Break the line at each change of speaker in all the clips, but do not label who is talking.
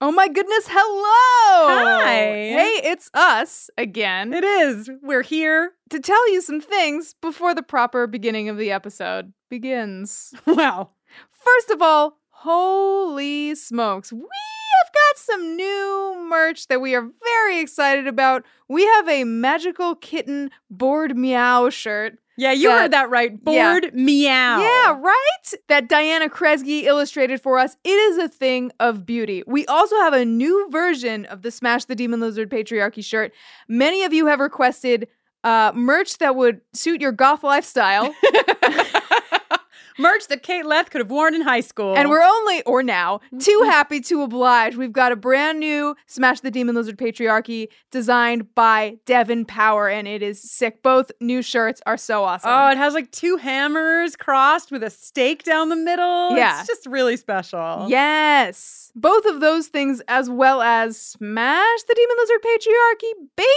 Oh my goodness, hello!
Hi.
Hey, it's us again
It is. We're here.
to tell you some things before the proper beginning of the episode begins.
Wow.
First of all, holy smokes, we have got some new merch that we are very excited about. We have a magical kitten board meow shirt.
Yeah, you
That-
heard that right.
yeah.
Bored meow.
Yeah, right? That Diana Kresge illustrated for us. It is a thing of beauty. We also have a new version of the Smash the Demon Lizard Patriarchy shirt. Many of you have requested uh, merch that would suit your goth lifestyle.
Merch that Kate Leth could have worn in high school.
And we're only, or now, too happy to oblige. We've got a brand new Smash the Demon Lizard Patriarchy designed by Devin Power, and it is sick. Both new shirts are so awesome.
Oh, it has like two hammers crossed with a stake down the middle.
Yeah.
It's just really special.
Yes. Both of those things, as well as Smash the Demon Lizard Patriarchy baby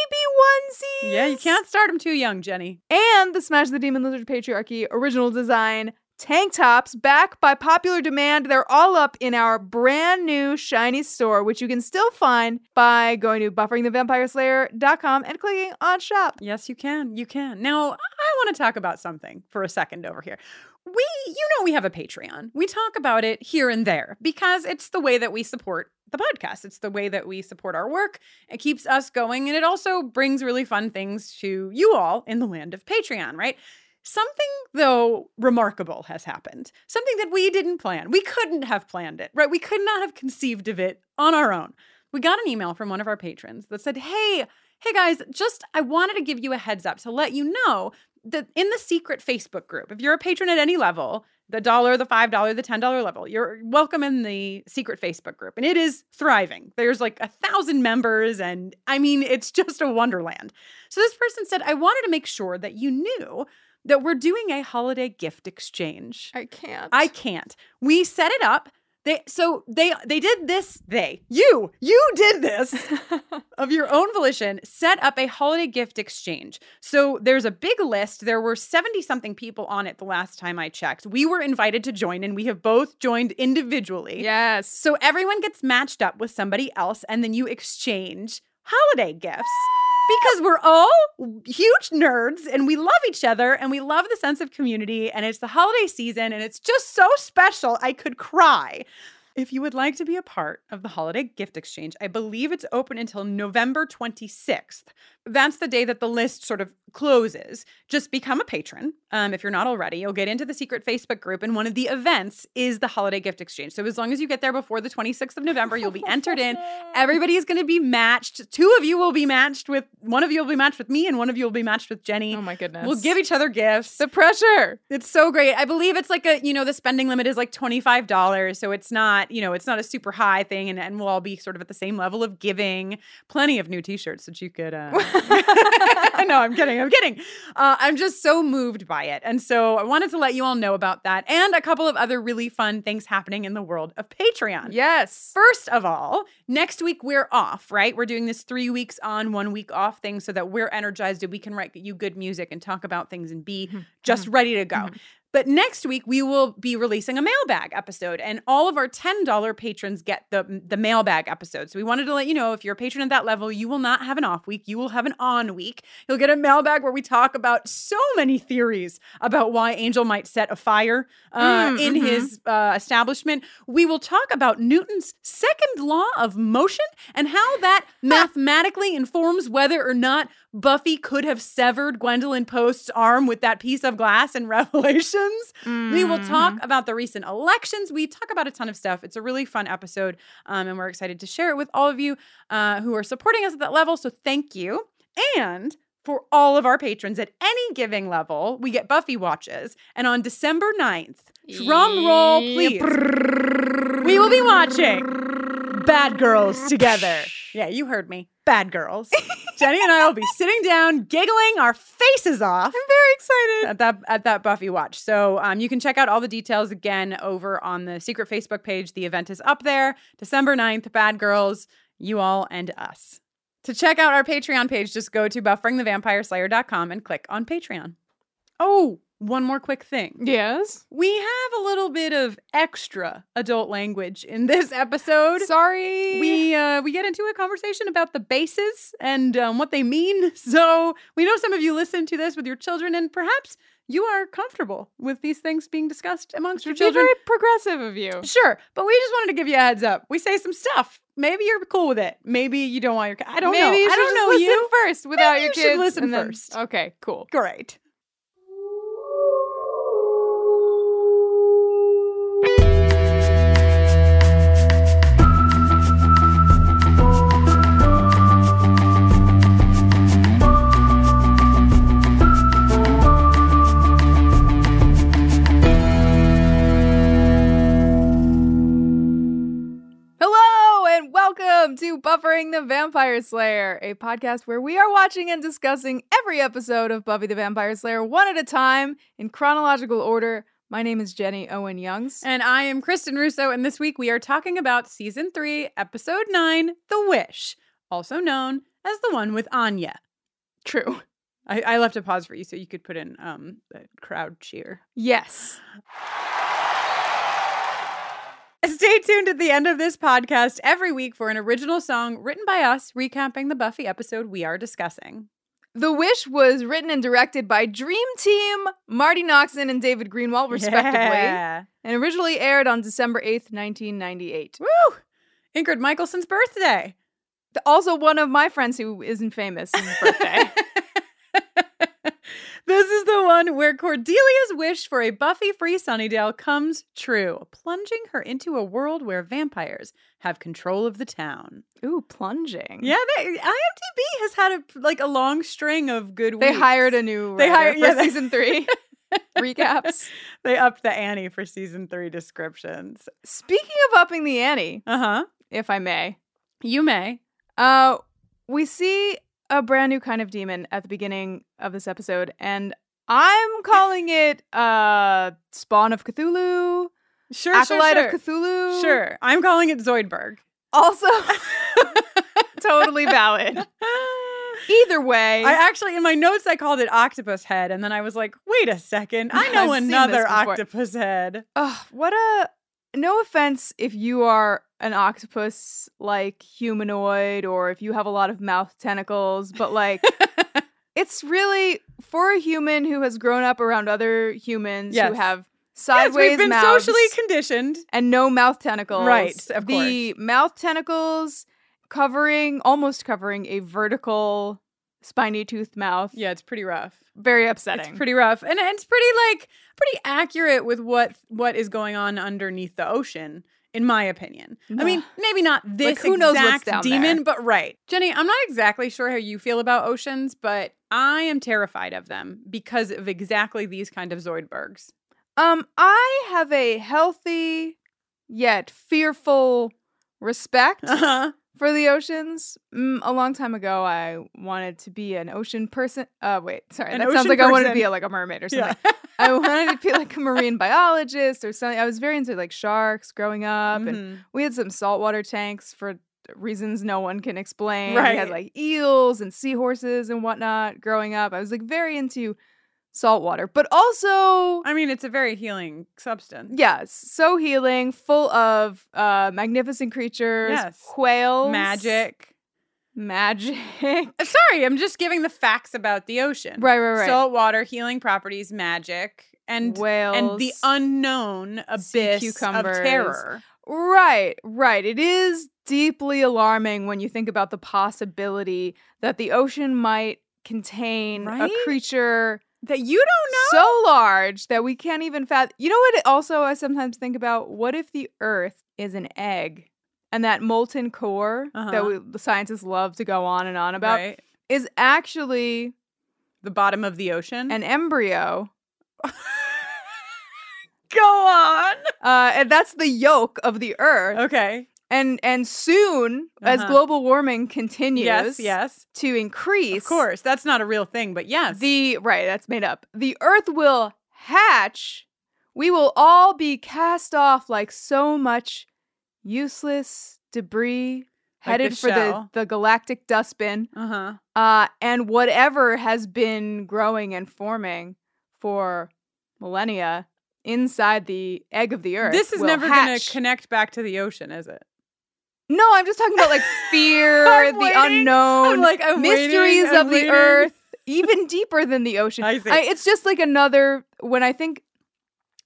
onesies.
Yeah, you can't start them too young, Jenny.
And the Smash the Demon Lizard Patriarchy original design tank tops back by popular demand. They're all up in our brand new shiny store, which you can still find by going to bufferingthevampireslayer.com and clicking on shop.
Yes, you can. You can. Now, I want to talk about something for a second over here. We, you know, we have a Patreon. We talk about it here and there because it's the way that we support the podcast. It's the way that we support our work. It keeps us going and it also brings really fun things to you all in the land of Patreon, right? Something, though, remarkable has happened. Something that we didn't plan. We couldn't have planned it, right? We could not have conceived of it on our own. We got an email from one of our patrons that said, Hey, hey guys, just I wanted to give you a heads up to let you know that in the secret Facebook group, if you're a patron at any level, the dollar, the five dollar, the ten dollar level, you're welcome in the secret Facebook group. And it is thriving. There's like a thousand members, and I mean, it's just a wonderland. So this person said, I wanted to make sure that you knew that we're doing a holiday gift exchange.
I can't.
I can't. We set it up. They so they they did this. They you you did this of your own volition. Set up a holiday gift exchange. So there's a big list. There were seventy something people on it the last time I checked. We were invited to join, and we have both joined individually.
Yes.
So everyone gets matched up with somebody else, and then you exchange holiday gifts. Because we're all huge nerds and we love each other and we love the sense of community, and it's the holiday season and it's just so special. I could cry. If you would like to be a part of the holiday gift exchange, I believe it's open until November 26th. That's the day that the list sort of closes. Just become a patron. Um, if you're not already, you'll get into the secret Facebook group, and one of the events is the holiday gift exchange. So as long as you get there before the 26th of November, you'll be entered in. Everybody is going to be matched. Two of you will be matched with one of you will be matched with me, and one of you will be matched with Jenny.
Oh my goodness.
We'll give each other gifts.
the pressure.
It's so great. I believe it's like a, you know, the spending limit is like $25. So it's not, you know, it's not a super high thing. And, and we'll all be sort of at the same level of giving. Plenty of new t shirts that you could. Uh... no, I'm kidding. I'm kidding. Uh, I'm just so moved by it. And so I wanted to let you all know about that and a couple of other really fun things happening in the world of Patreon.
Yes.
First of all, next week we're off, right? We're doing this three weeks on, one week off thing so that we're energized and we can write you good music and talk about things and be just ready to go. But next week we will be releasing a mailbag episode, and all of our ten dollar patrons get the the mailbag episode. So we wanted to let you know if you're a patron at that level, you will not have an off week. You will have an on week. You'll get a mailbag where we talk about so many theories about why Angel might set a fire uh,
Mm,
in
mhm.
his uh, establishment. We will talk about Newton's second law of motion and how that mathematically informs whether or not Buffy could have severed Gwendolyn Post's arm with that piece of glass in Revelations. We will
Mm.
talk about the recent elections. We talk about a ton of stuff. It's a really fun episode, um, and we're excited to share it with all of you uh, who are supporting us at that level. So thank you. And for all of our patrons at any giving level, we get Buffy watches. And on December 9th, drum roll, please. We will be watching Bad Girls together. Yeah, you heard me. Bad Girls. Jenny and I will be sitting down, giggling our faces off
I'm very excited.
at that at that Buffy watch. So um, you can check out all the details again over on the secret Facebook page. The event is up there. December 9th, Bad Girls, you all and us. To check out our Patreon page, just go to bufferingthevampireslayer.com and click on Patreon. Oh, one more quick thing.
Yes.
We have a little bit of extra adult language in this episode.
Sorry.
We uh, we get into a conversation about the bases and um, what they mean. So we know some of you listen to this with your children, and perhaps you are comfortable with these things being discussed amongst your
should
children.
be very progressive of you.
Sure, but we just wanted to give you a heads up. We say some stuff. Maybe you're cool with it. Maybe you don't want your. I don't
Maybe
know.
You
I
should
don't
just
know
listen
you.
first without
Maybe
your
you should
kids.
listen
and then-
first.
Okay, cool.
Great.
Hello and welcome to Buffering the Vampire Slayer, a podcast where we are watching and discussing every episode of Buffy the Vampire Slayer one at a time in chronological order. My name is Jenny Owen Youngs.
And I am Kristen Russo, and this week we are talking about season three, episode nine, "The Wish," also known as the one with Anya.
True.
I, I left a pause for you so you could put in um the crowd cheer.
Yes.
Stay tuned at the end of this podcast every week for an original song written by us recapping the Buffy episode we are discussing.
The Wish was written and directed by Dream Team, Marty Noxon and David Greenwald, respectively,
Yeah.
and originally aired on December 8th, 1998.
Woo! Ingrid Michaelson's birthday.
Also, one of my friends who isn't famous is his birthday.
this is the one where Cordelia's wish for a Buffy free Sunnydale comes true, plunging her into a world where vampires have control of the town.
Ooh, plunging.
Yeah, they, IMDb has had a like a long string of good.
They
weeks.
hired a new
They
they hired
hired-
for
yeah, they-
season three recaps.
They upped the ante for season three descriptions.
Speaking of upping the ante,
Uh huh.
if I may,
You may.
uh, we see a brand new kind of demon at the beginning of this episode, and I'm calling it uh, Spawn of Cthulhu,
Sure,
Acolyte
sure,
of Cthulhu.
Sure. I'm calling it Zoidberg.
Also, totally valid. Either way,
I actually, in my notes, I called it octopus head, and then I was like, "Wait a second, I know
I've seen this
another
before.
octopus head."
Ugh, what a no offense if you are an octopus like humanoid or if you have a lot of mouth tentacles, but like it's really for a human who has grown up around other humans
Yes.
who have
Yes,
sideways
we've been
mouths
socially conditioned.
and no mouth tentacles.
Right, of
the mouth tentacles covering almost covering a vertical spiny toothed mouth.
Yeah, it's pretty rough.
Very upsetting.
It's pretty rough, and it's pretty like pretty accurate with what what is going on underneath the ocean, in my opinion. I mean, maybe not this
who knows what's
exact
down
demon, but right, Jenny. I'm not exactly sure how you feel about oceans, but I am terrified of them because of exactly these kind of Zoidbergs.
Um, I have a healthy yet fearful respect
Uh-huh.
for the oceans. Mm, a long time ago, I wanted to be an ocean person. Uh, wait, sorry,
An
that sounds
ocean
like I wanted to
person.
be like a mermaid or
Yeah.
something. I wanted to be like a marine biologist or something. I was very into like sharks growing up, and
Mhm.
we had some saltwater tanks for reasons no one can explain. We
Right.
had like eels and seahorses and whatnot growing up. I was like very into saltwater, but also
I mean, it's a very healing substance.
Yes, so healing, full of uh, magnificent creatures,
Yes.
whales,
Magic.
magic.
Uh, Sorry, I'm just giving the facts about the ocean.
right, right, right.
Salt water, healing properties, magic, and
whales
and the unknown
sea
abyss of
cucumbers.
terror.
right, right. It is deeply alarming when you think about the possibility that the ocean might contain
Right?
a creature
That you don't know.
so large that we can't even fathom. You know what? it- Also, I sometimes think about what if the Earth is an egg, and that molten core
Uh-huh.
that we, the scientists love to go on and on about
right?
is actually
the bottom of the ocean.
an embryo,
go on.
uh, and that's the yolk of the Earth.
Okay.
And and soon, as
Uh-huh.
global warming continues
Yes, yes.
to increase,
Of course, that's not a real thing, but yes.
the right that's made up. The Earth will hatch. We will all be cast off like so much useless debris
Like the
headed for the,
shell.
the galactic dustbin.
uh-huh.
uh, and whatever has been growing and forming for millennia inside the egg of the earth.
This is
will
never going
hatch.
to connect back to the ocean, is it?
No, I'm just talking about like fear,
I'm
the
waiting.
unknown,
I'm like, I'm waiting,
mysteries
I'm
of
waiting.
the earth, even deeper than the ocean.
I see.
it's just like another when I think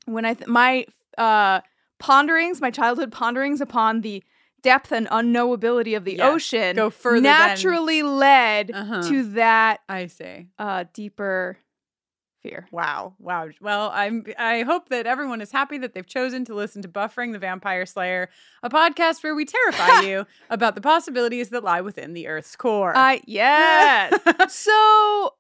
when I th- my uh, ponderings, my childhood ponderings upon the depth and unknowability of the
Yes,
ocean
go further than-
naturally led
Uh-huh.
to that
I see.
uh, deeper fear.
Wow. Wow. Well, I'm I hope that everyone is happy that they've chosen to listen to Buffering the Vampire Slayer, a podcast where we terrify you about the possibilities that lie within the Earth's core.
Uh, yes. so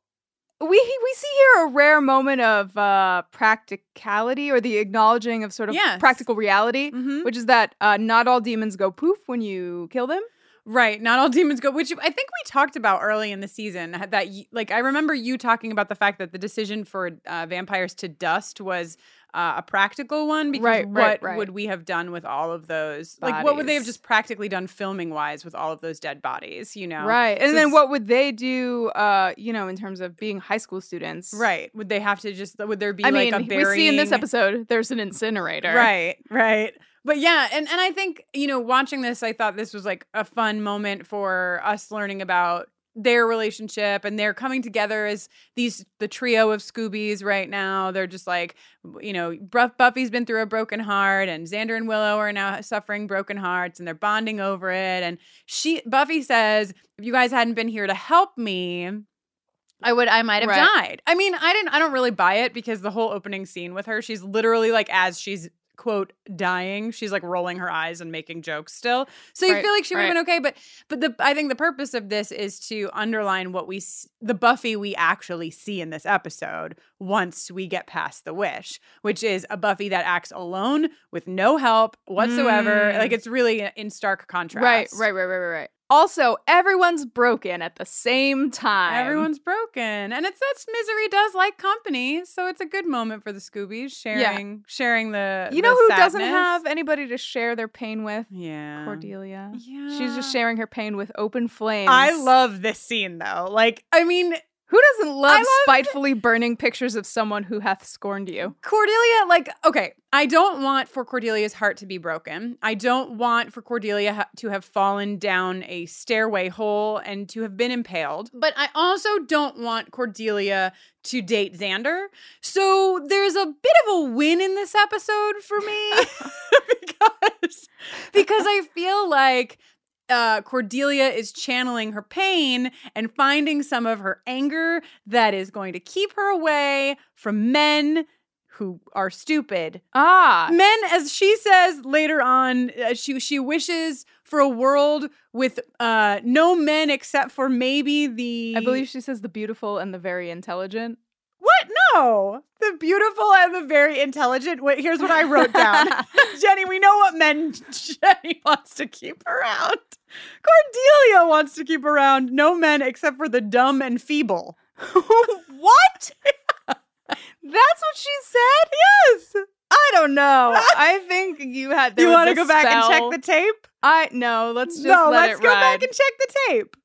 we we see here a rare moment of uh, practicality or the acknowledging of sort of
Yes.
practical reality,
Mhm.
which is that uh, not all demons go poof when you kill them.
Right. Not all demons go, which I think we talked about early in the season. ha- That, y- like, I remember you talking about the fact that the decision for uh, vampires to dust was uh, a practical one because
Right,
what
right, right.
would we have done with all of those? Like, what would they have
Bodies.
just practically done filming wise with all of those dead bodies, you know?
Right. And
So
then
s-
what would they do, uh, you know, in terms of being high school students?
Right. Would they have to just, would there be
I
like
mean,
a burying?
we see in this episode there's an incinerator.
Right, right. But yeah, and and I think, you know, watching this, I thought this was like a fun moment for us learning about their relationship and they're coming together as these the trio of Scoobies right now. They're just like, you know, Bruff Buffy's been through a broken heart and Xander and Willow are now suffering broken hearts and they're bonding over it and she Buffy says, if you guys hadn't been here to help me, I would I might have
Right.
died. I mean, I didn't I don't really buy it because the whole opening scene with her, she's literally like as she's quote dying, she's like rolling her eyes and making jokes still. So you
Right,
feel like she would have been okay, but but the I think the purpose of this is to underline what we s- the Buffy we actually see in this episode once we get past the wish, which is a Buffy that acts alone with no help whatsoever.
Mm.
Like it's really in stark contrast.
Right, right, right, right, right, right. Also, everyone's broken at the same time.
Everyone's broken, and it's that's misery does like company, so it's a good moment for the Scoobies sharing sharing the.
You
the
know who
sadness.
doesn't have anybody to share their pain with?
Yeah.
Cordelia.
Yeah.
She's just sharing her pain with open flames.
I love this scene though. Like, I mean,
Who doesn't love,
love-
spitefully burning pictures of someone who hath scorned you?
Cordelia, like, okay, I don't want for Cordelia's heart to be broken. I don't want for Cordelia ha- to have fallen down a stairway hole and to have been impaled. But I also don't want Cordelia to date Xander. So there's a bit of a win in this episode for me because because I feel like uh, Cordelia is channeling her pain and finding some of her anger that is going to keep her away from men who are stupid.
Ah,
Men, as she says later on, uh, she she wishes for a world with uh, no men except for maybe the
I believe she says the beautiful and the very intelligent.
what? No, the beautiful and the very intelligent. Wait, here's what I wrote down. Jenny, we know what men Jenny wants to keep around. Cordelia wants to keep around no men except for the dumb and feeble.
what? That's what she said?
Yes.
I don't know. I think you had. There
you
want
want
to
to go back and check the tape?
I no. Let's just
no,
let
let's
it
go
ride.
back and check the tape.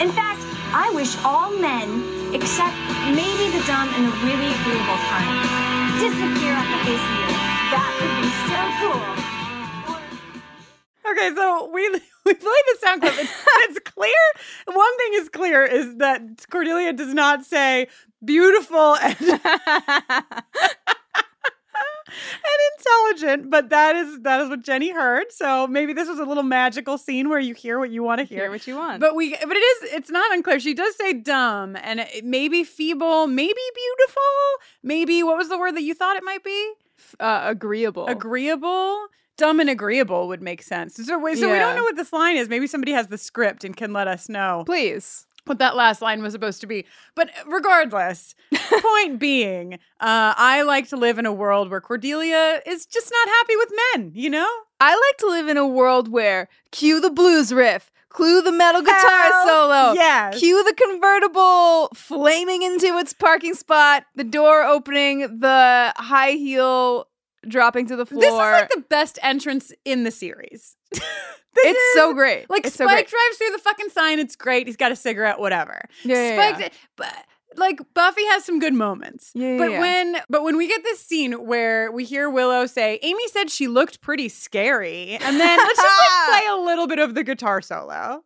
In fact, I wish all men, except maybe the dumb and the really agreeable kind, disappear off the face of the earth. That would be so cool.
Okay, so we we play the sound clip. It's, it's clear. One thing is clear is that Cordelia does not say beautiful and, and intelligent, but that is that is what Jenny heard. So maybe this was a little magical scene where you hear what you want to
Hear what you want.
But we, but it is, it's not unclear. She does say dumb and it, maybe feeble, maybe beautiful, maybe what was the word that you thought it might be?
uh, agreeable.
Agreeable, dumb and agreeable would make sense. So, we, so we
Yeah.
don't know what this line is. Maybe somebody has the script and can let us know.
Please.
what that last line was supposed to be. But uh, regardless, point being, uh, I like to live in a world where Cordelia is just not happy with men, you know?
I like to live in a world where cue the blues riff, clue the metal guitar
Hell
solo,
yes.
cue the convertible flaming into its parking spot, the door opening, the high heel dropping to the floor.
This is like the best entrance in the series. This
it's so
is-
great.
Like
it's so great.
Spike drives through the fucking sign. It's great. He's got a cigarette, whatever.
Yeah, yeah,
Spike,
yeah.
but like Buffy has some good moments.
Yeah, yeah,
but
yeah.
when but when we get this scene where we hear Willow say, "Amy said she looked pretty scary," and then let's just like play a little bit of the guitar solo.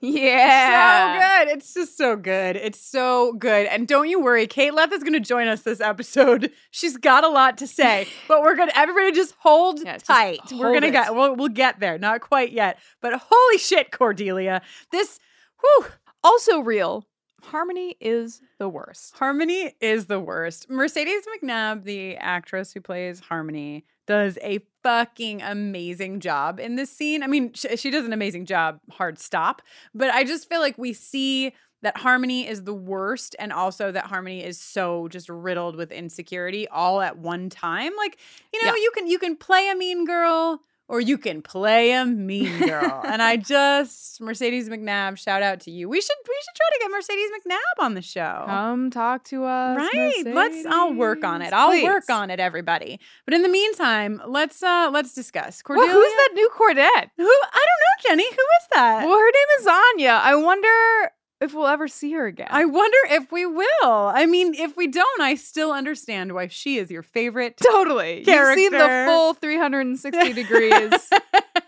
yeah.
So good. It's just so good. It's so good. And don't you worry, Kate Leth is going to join us this episode. She's got a lot to say, but we're going to, everybody just hold
Yeah, just
tight. we're
hold
going to
it.
get, we'll, we'll get there. Not quite yet, but holy shit, Cordelia. This, whew,
Also real. Harmony is the worst.
Harmony is the worst. Mercedes McNabb, the actress who plays Harmony, does a fucking amazing job in this scene. I mean, she, she does an amazing job, hard stop, but I just feel like we see that Harmony is the worst and also that Harmony is so just riddled with insecurity all at one time. Like, you know,
Yeah.
you can you can play a mean girl or you can play a mean girl. and I just Mercedes McNabb, shout out to you. We should we should try to get Mercedes McNabb on the show.
Come talk to us.
Right. Let's I'll work on it. I'll work on it, everybody. But in the meantime, let's uh let's discuss.
Well,
Cordelia.
who's that new quartet?
Who I don't know, Jenny. Who is that?
Well, her name is Anya. I wonder if we'll ever see her again.
I wonder if we will. I mean, if we don't, I still understand why she is your favorite.
totally. You've seen the
Character.
full 360 degrees of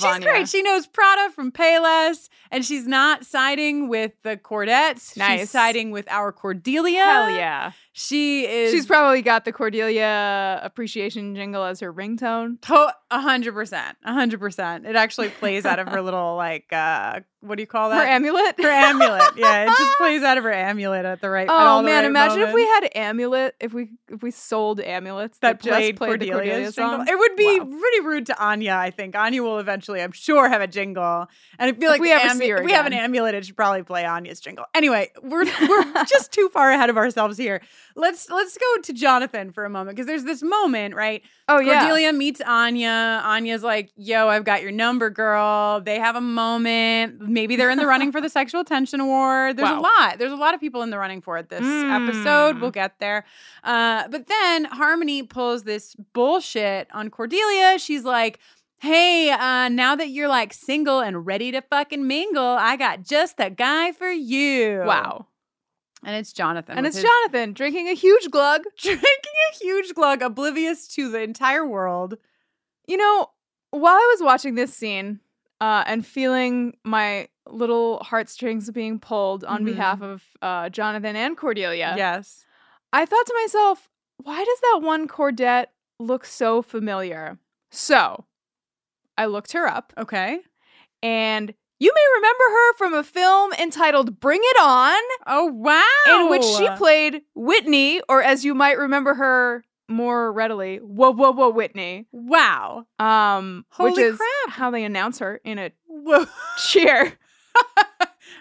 she's
Anya.
great. She knows Prada from Payless, and she's not siding with the Cordettes. She's
Nice.
siding with our Cordelia.
Hell yeah.
She is
uh, She's probably got the Cordelia appreciation jingle as her ringtone.
To- a hundred percent, a hundred percent. It actually plays out of her little like, uh, what do you call
Her
that?
amulet.
Her amulet. Yeah, it just plays out of her amulet at the right. at
Oh
all the
man,
right
imagine if we
moments.
had amulet if we if we sold amulets
that
that,
played,
just played the
Cordelia's
Cordelia
jingle.
song.
It would be
Wow.
pretty rude to Anya. I think Anya will eventually, I'm sure, have a jingle. And I feel
If
like
we
the
ever see her
if we have an
again.
amulet, it should probably play Anya's jingle. Anyway, we're we're just too far ahead of ourselves here. Let's let's go to Jonathan for a moment because there's this moment right
Oh yeah.
Cordelia meets Anya. Anya's like, yo, I've got your number, girl. They have a moment. Maybe they're in the running for the sexual attention award. There's a
Wow.
lot. There's a lot of people in the running for it this episode.
Mm.
We'll get there. Uh, but then Harmony pulls this bullshit on Cordelia. She's like, Hey, uh, now that you're like single and ready to fucking mingle, I got just the guy for you.
Wow.
And it's Jonathan.
And
with
it's
his-
Jonathan drinking a huge glug.
drinking a huge glug, oblivious to the entire world.
You know, while I was watching this scene uh, and feeling my little heartstrings being pulled on
Mhm.
behalf of uh, Jonathan and Cordelia,
Yes.
I thought to myself, why does that one cordette look so familiar? So I looked her up,
Okay.
and you may remember her from a film entitled Bring It On,
Oh wow!
in which she played Whitney, or as you might remember her more readily, Whoa, Whoa, Whoa, Whitney.
wow.
Um, which
Holy
is how they announce her in a
Whoa.
cheer.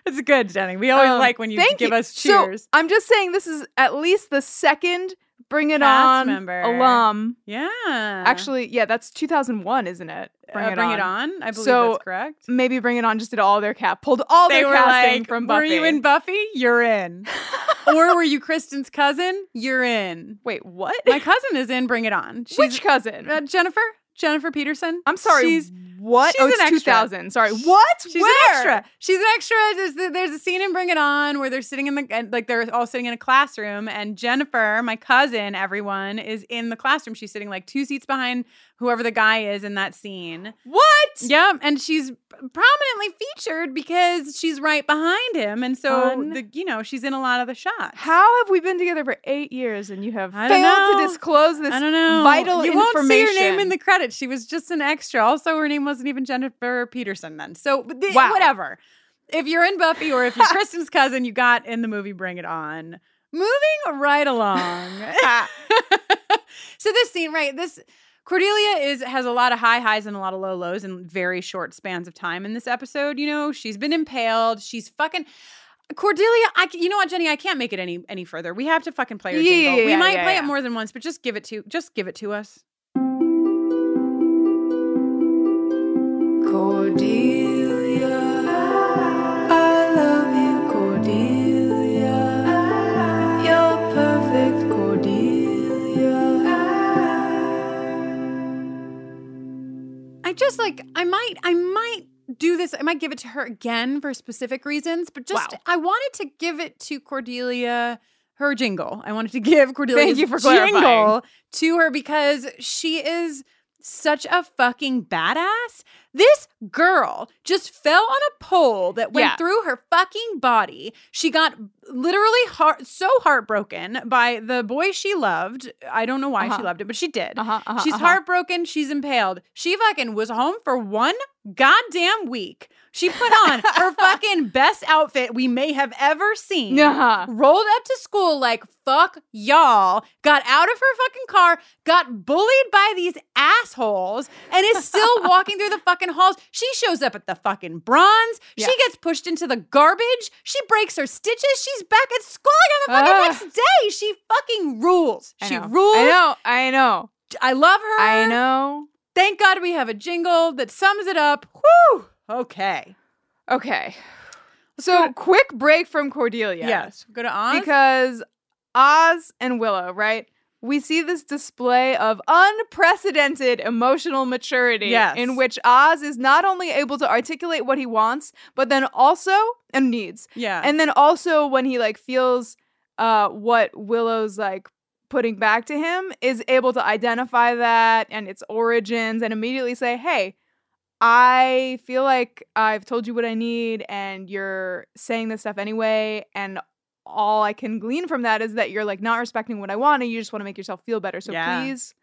it's good, Jenny. We always
Um,
like when Oh, you
thank
give
you.
us cheers.
So I'm just saying this is at least the second Bring It
Cast
On
member.
alum.
yeah.
Actually, yeah, that's 2001, isn't it?
Uh, bring, it, on. I believe
So,
that's correct.
Maybe Bring It On just did all their cap, pulled all
They
their
were
casting
like,
from
"Were
Buffy.
you in Buffy? You're in." or were you Kristen's cousin? You're in.
Wait, what?
My cousin is in. Bring it on. She's
Which cousin?
uh, Jennifer. Jennifer Peterson.
I'm sorry.
She's
what?
she's
oh, it's
an extra.
2000. Sorry. What?
She's
Where?
an extra. She's an extra. There's, the- there's a scene in Bring It On where they're sitting in the and, like they're all sitting in a classroom, and Jennifer, my cousin, everyone is in the classroom. She's sitting like two seats behind whoever the guy is in that scene.
What?
Yeah, and she's prominently featured because she's right behind him, and so
Fun.
the, you know she's in a lot of the shots.
How have we been together for eight years and you have
I
failed
don't know.
to disclose this
I don't know.
vital
you won't see
information?
her name in the credits. She was just an extra. Also, her name wasn't even Jennifer Peterson then. So but the,
Wow.
whatever. If you're in Buffy or if you're Kristen's cousin, you got in the movie Bring It On. Moving right along. so this scene, right? This Cordelia is has a lot of high highs and a lot of low lows in very short spans of time in this episode. You know, she's been impaled. She's fucking Cordelia. I c- you know what, Jenny? I can't make it any any further. We have to fucking play her
Yeah,
jingle.
yeah,
we
yeah,
might
yeah,
play
yeah.
it more than once, but just give it to just give it to us.
Cordelia. I love you, Cordelia. You're perfect, Cordelia.
I just like I might I might do this. I might give it to her again for specific reasons, but just
Wow.
I wanted to give it to Cordelia her jingle. I wanted to give Cordelia
you for clarifying.
jingle to her because she is such a fucking badass. This girl just fell on a pole that went
Yeah.
through her fucking body. She got literally heart so heartbroken by the boy she loved. I don't know why
Uh-huh.
she loved it, but she did.
Uh-huh, uh-huh,
She's
uh-huh.
heartbroken. She's impaled. She fucking was home for one goddamn week. She put on her fucking best outfit we may have ever seen.
Nah.
Rolled up to school like fuck y'all, got out of her fucking car, got bullied by these assholes, and is still walking through the fucking halls. She shows up at the fucking bronze.
Yeah.
She gets pushed into the garbage. She breaks her stitches. She's back at school again the fucking
Ah.
next day. She fucking rules.
I
She
know.
rules.
I know. I know.
I love her.
I know.
Thank God we have a jingle that sums it up. Whew. Okay.
Okay. So, quick break from Cordelia.
Go to Oz.
Because Oz and Willow, right? We see this display of unprecedented emotional maturity
Yes.
in which Oz is not only able to articulate what he wants, but then also and needs.
yeah.
And then also when he like feels uh what Willow's like putting back to him is able to identify that and its origins and immediately say, "Hey, I feel like I've told you what I need and you're saying this stuff anyway and all I can glean from that is that you're like not respecting what I want and you just want to make yourself feel better. So
Yeah.
please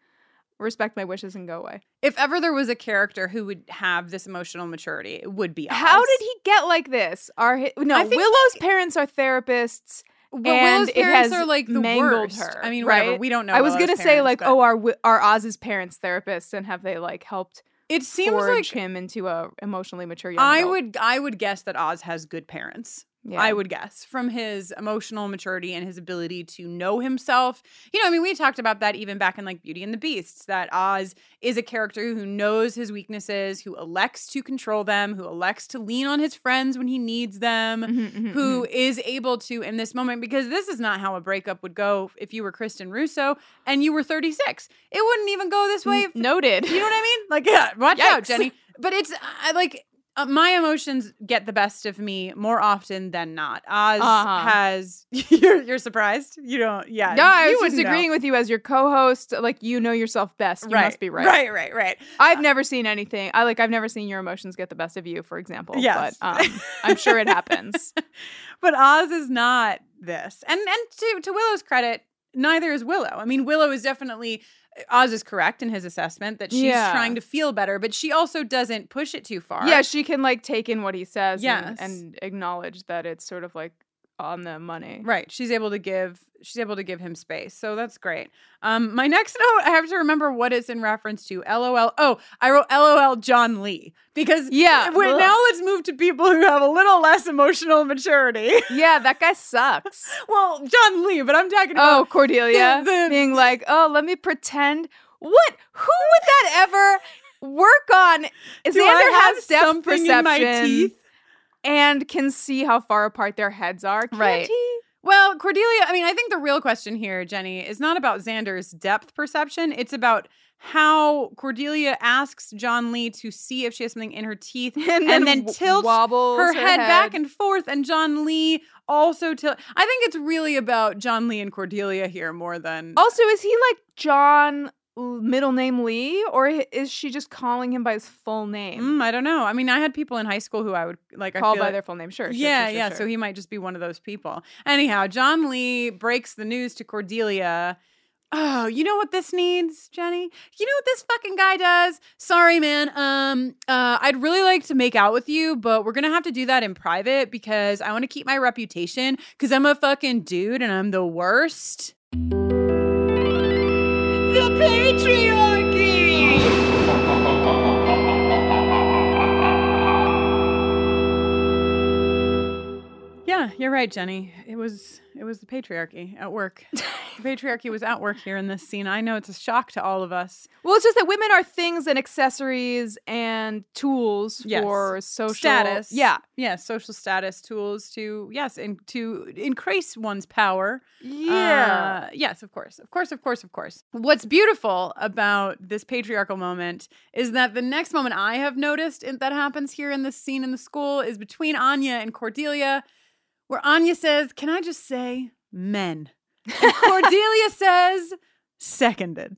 respect my wishes and go away."
if ever there was a character who would have this emotional maturity, it would be Oz.
How did he get like this? Are hi- no,
I think-
Willow's parents are therapists.
But
and
Willow's
it
parents
has
are like the
mangled
worst.
her,
I mean,
right?
whatever. We don't know.
I was
Willow's
gonna say
parents,
like,
but
oh, are Wi- are Oz's parents therapists, and have they like helped
it seems like
forge him into a emotionally mature young
I
adult?
would I would guess that Oz has good parents.
Yeah.
I would guess from his emotional maturity and his ability to know himself. You know, I mean, we talked about that even back in like Beauty and the Beasts that Oz is a character who knows his weaknesses, who elects to control them, who elects to lean on his friends when he needs them.
Mhm, mhm,
who is able to in this moment because this is not how a breakup would go if you were Kristen Russo and you were 36. It wouldn't even go this way.
mhm.
If,
noted.
you know what I mean? Like, yeah, watch out,
Yikes.
Jenny. But it's I, like uh, my emotions get the best of me more often than not. Oz
Uh-huh.
has you're you're surprised. You don't. Yeah,
yeah, I
you
was
wouldn't
just
know.
agreeing with you as your co-host. Like you know yourself best. You
right,
must be right.
Right, right, right.
I've never seen anything. I like. I've never seen your emotions get the best of you. For example.
Yes.
But um, I'm sure it happens.
but Oz is not this. And and to to Willow's credit, neither is Willow. I mean, Willow is definitely Oz is correct in his assessment that she's
Yeah.
trying to feel better, but she also doesn't push it too far.
Yeah, she can like take in what he says.
Yes.
and- and acknowledge that it's sort of like on the money.
Right. She's able to give she's able to give him space. So that's great. Um my next note, I have to remember what it's in reference to. LOL. Oh, I wrote LOL John Lee. Because
Yeah.
wait,
ugh.
now let's move to people who have a little less emotional maturity.
Yeah, that guy sucks.
well, John Lee, but I'm talking about
oh, Cordelia
the-
being like, "Oh, let me pretend." What? Who would that ever work on?
Do I
Xander
have
has depth
something in my
perception
teeth?
and can see how far apart their heads are. Can't
Right.
he?
Well, Cordelia, I mean, I think the real question here, Jenny, is not about Xander's depth perception. It's about how Cordelia asks John Lee to see if she has something in her teeth
And
then
w-
tilts
wobbles
her head, back and forth, and John Lee also till. I think it's really about John Lee and Cordelia here more than.
also, is he like John L- middle name Lee, or i- is she just calling him by his full name?
Mm, I don't know. I mean, I had people in high school who I would like. I
Called
feel
by
like-
their full name. Sure. sure, sure,
yeah,
sure,
yeah.
sure.
So he might just be one of those people. Anyhow, John Lee breaks the news to Cordelia. Oh, you know what this needs, Jenny? You know what this fucking guy does? Sorry, man. Um, uh, I'd really like to make out with you, but we're gonna have to do that in private because I want to keep my reputation because I'm a fucking dude and I'm the worst.
The patriarchy!
You're right, Jenny. It was it was the patriarchy at work. the patriarchy was at work here in this scene. I know it's a shock to all of us.
Well, it's just that women are things and accessories and tools
Yes.
for social
Status.
Yeah.
Yeah, social status tools to yes, and to increase one's power.
Yeah.
Uh, yes, of course. Of course, of course, of course. What's beautiful about this patriarchal moment is that the next moment I have noticed in- that happens here in this scene in the school is between Anya and Cordelia, where Anya says, Can I just say men? And Cordelia says, Seconded.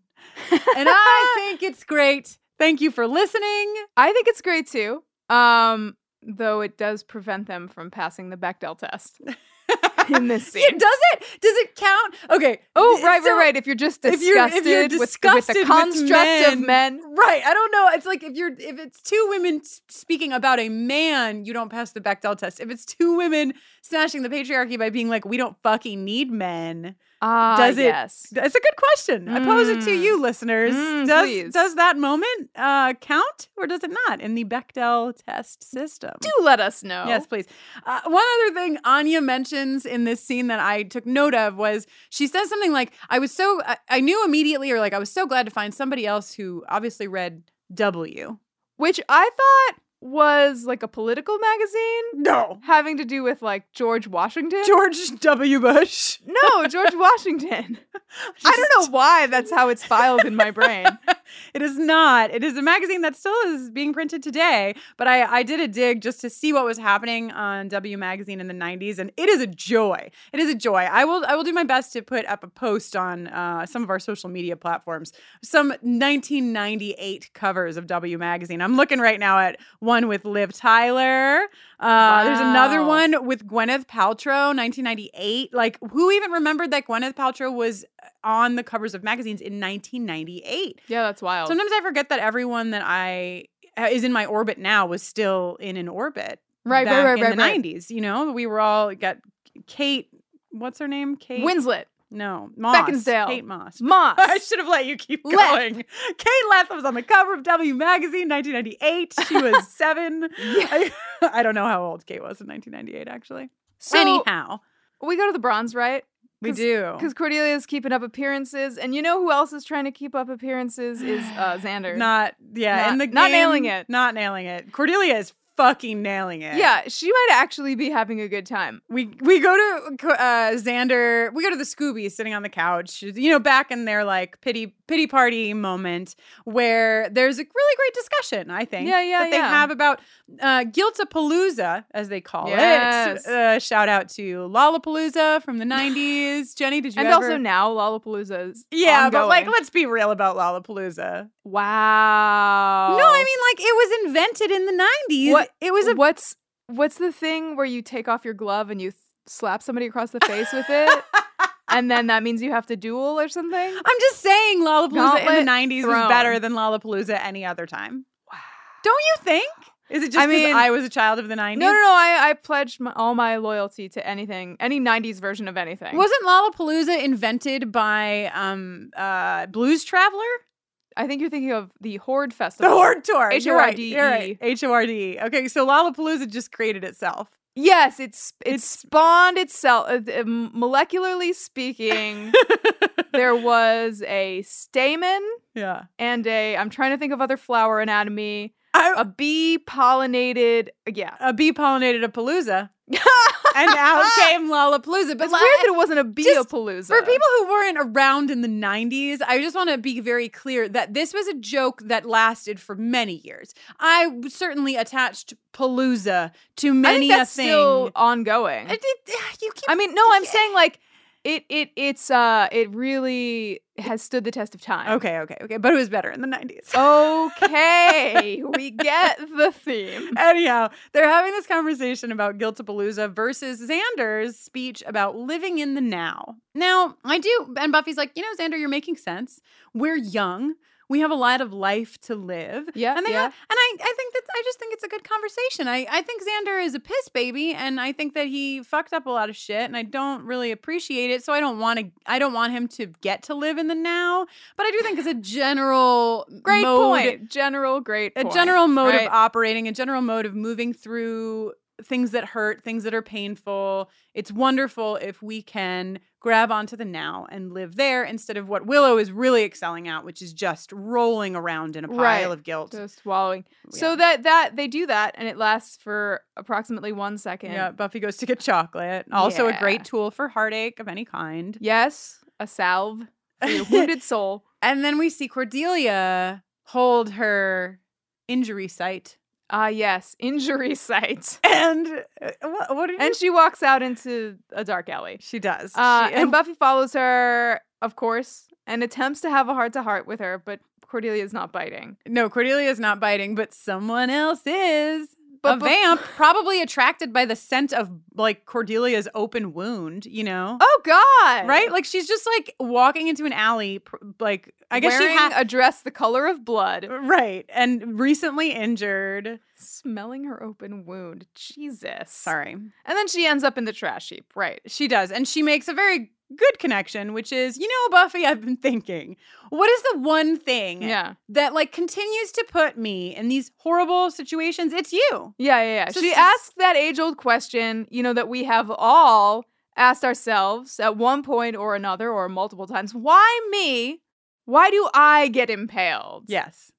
And I think it's great. Thank you for listening.
I think it's great too. Um, though it does prevent them from passing the Bechdel test in this scene.
It does it? Does it count? Okay.
Oh,
th-
right,
so-
right, right. If you're just
if
disgusted,
you're- if you're
with, with
disgusted
the
with
construct of men,
Right. I don't know. It's like if you're if it's two women s- speaking about a man, you don't pass the Bechdel test. If it's two women smashing the patriarchy by being like, we don't fucking need men.
ah,
Does it-
yes.
That's a good question. I pose it to
Mm.
you, listeners.
Mm,
does
please.
does that moment uh, count or does it not in the Bechdel test system?
Do let us know.
Yes, please. Uh, one other thing Anya mentions in this scene that I took note of was she says something like, I was so, I, I knew immediately, or like, I was so glad to find somebody else who obviously read W.
which I thought was like a political magazine
No.
having to do with like George Washington.
George W. Bush.
no, George Washington. I don't know why that's how it's filed in my brain.
it is not. It is a magazine that still is being printed today, but I, I did a dig just to see what was happening on W Magazine in the 90s, and it is a joy. It is a joy. I will I will do my best to put up a post on uh, some of our social media platforms, some 1998 covers of W Magazine. I'm looking right now at one with Liv Tyler. Uh, There's another
Wow.
one with Gwyneth Paltrow, 1998. Like, who even remembered that Gwyneth Paltrow was uh, on the covers of magazines in 1998?
Yeah, that's wild.
Sometimes I forget that everyone that I uh, is in my orbit now was still in an orbit.
Right, right,
back
right,
in
right,
the
right.
90s, you know, we were all got Kate. What's her name? Kate.
Winslet,
no, Moss.
Beckinsale.
Kate Moss.
Moss.
I should have let you keep
Leth.
going. Kate Leth was on the cover of W Magazine, 1998. She was seven. I, I don't know how old Kate was in 1998, actually.
So
Anyhow,
we go to the bronze, right?
we
'cause-
do.
Because Cordelia's keeping up appearances, and you know who else is trying to keep up appearances is uh, Xander.
Not yeah,
Not-
and the
not nailing
game,
it.
Not nailing it. Cordelia is fucking nailing it.
yeah, she might actually be having a good time.
We we go to uh, Xander. We go to the Scooby sitting on the couch. You know, back in their like pity pity party moment where there's a really great discussion. I think.
Yeah, yeah,
That they
yeah.
have about uh, Guiltapalooza, as they call
Yes.
it. Uh, shout out to Lollapalooza from the '90s. Jenny, did you
and
ever?
also now Lollapalooza is
yeah, but like,
ongoing.
let's be real about Lollapalooza.
wow.
No, I mean like it was invented in the '90s.
Oh. What-
It was a
what's what's the thing where you take off your glove and you th- slap somebody across the face with it, and then that means you have to duel or something?
I'm just saying Lollapalooza in
Gauntlet
the 90s
thrown.
was better than Lollapalooza any other time.
Wow.
Don't you think? Is it just because I,
mean-
was a child of the 90s?
No, no, no. I, I pledged my, all my loyalty to anything, any 90s version of anything.
Wasn't Lollapalooza invented by um, uh, Blues Traveler?
I think you're thinking of the Horde
The
Festival.
Horde Tour. You're
H O R
right,
D E.
you're right. H-O-R-D-E. E. Okay, so Lollapalooza just created itself.
Yes, it's it spawned itself. uh, th- um, molecularly speaking, there was a stamen
yeah.
and a. I'm trying to think of other flower anatomy.
I-
A bee pollinated. Yeah,
a bee pollinated a palooza. and out came Lollapalooza. But
it's
la-
weird that it wasn't a bee palooza
For people who weren't around in the 90s, I just want to be very clear that this was a joke that lasted for many years. I w- certainly attached Palooza to
I
many
think that's
a thing.
still ongoing.
I did- you keep
I mean, no, I'm saying like it. It it's uh it really has stood the test of time.
Okay, okay, okay. But it was better in the 90s.
Okay, we get the theme.
Anyhow, they're having this conversation about Guiltapalooza versus Xander's speech about living in the now. Now, I do, and Buffy's like, you know, Xander, you're making sense. We're young. We have a lot of life to live.
Yeah,
And, they
yeah.
and I, I think that's, I just think it's a good conversation. I, I think Xander is a piss baby, and I think that he fucked up a lot of shit, and I don't really appreciate it. So I don't want to, I don't want him to get to live in the now. But I do think it's a general
Great
mode
point, general. Great.
a
point,
general mode
right?
of operating, a general mode of moving through things that hurt, things that are painful. It's wonderful if we can grab onto the now and live there instead of what Willow is really excelling at, which is just rolling around in a pile
Right.
of guilt.
Just swallowing.
Yeah.
So that that they do that, and it lasts for approximately one second.
yeah, Buffy goes to get chocolate. Also, a
Yeah.
great tool for heartache of any kind.
Yes, a salve for your wounded soul.
and then we see Cordelia hold her injury site.
Ah, yes, injury site.
And uh, what, what did you
And she walks out into a dark alley.
She does.
Uh,
She-
and Buffy follows her, of course, and attempts to have a heart to heart with her, but Cordelia is not biting.
no, Cordelia's not biting, but someone else is.
But
a
bef-
vamp, probably attracted by the scent of like Cordelia's open wound, you know?
Oh God!
Right? Like she's just like walking into an alley, pr- like I guess
Wearing
she Uh. had.
a dress the color of blood,
Right. And recently injured.
smelling her open wound. Jesus.
Sorry.
And then she ends up in the trash heap. Right.
She does. And she makes a very good connection, which is, you know, Buffy, I've been thinking, what is the one thing
Yeah.
that like continues to put me in these horrible situations? It's you.
Yeah, yeah, yeah.
So
she
s-
asked that age old question, you know, that we have all asked ourselves at one point or another or multiple times why me? Why do I get impaled?
Yes.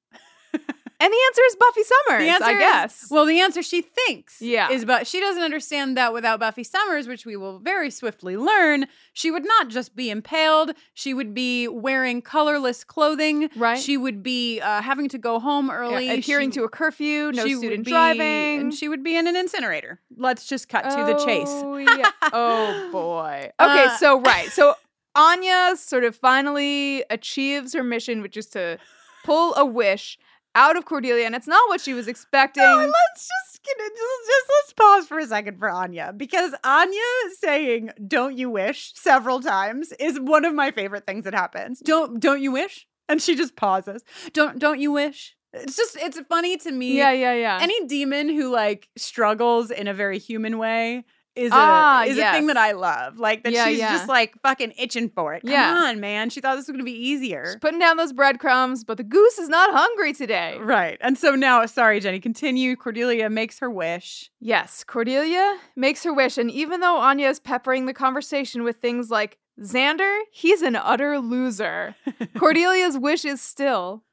And the answer is Buffy Summers, I
is-
guess.
well, the answer she thinks
Yeah.
is, but she doesn't understand that without Buffy Summers, which we will very swiftly learn, she would not just be impaled. She would be wearing colorless clothing.
right.
She would be uh, having to go home
Yeah,
early.
adhering
she,
to a curfew, no
she would
student
be-
driving.
and she would be in an incinerator. Let's just cut to the chase.
Oh, yeah. Oh boy. Okay,
Uh,
so right. So Anya sort of finally achieves her mission, which is to pull a wish out of Cordelia, and it's not what she was expecting.
No, and let's just, get it- just just let's pause for a second for Anya because Anya saying "Don't you wish" several times is one of my favorite things that happens. Don't don't you wish? And she just pauses. Don't don't you wish? It's just it's funny to me.
yeah, yeah, yeah.
Any demon who like struggles in a very human way is a
Ah,
is a thing that
yes.
I love. Like that
Yeah,
she's
yeah.
just like fucking itching for it. Come
Yeah.
on, man. She thought this was gonna be
She's
easier.
putting down those breadcrumbs, but the goose is not hungry today.
Right. And so now, sorry, Jenny, continue. Cordelia makes her wish.
Yes, Cordelia makes her wish, and even though Anya is peppering the conversation with things like Xander, he's an utter loser. Cordelia's wish is still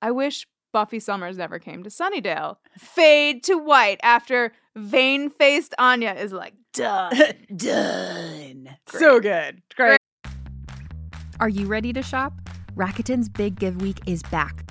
I wish Buffy Summers never came to Sunnydale. Fade to white after vain faced Anya is like, duh.
Done. So good. Great.
Are you ready to shop? Rakuten's Big Give Week is back.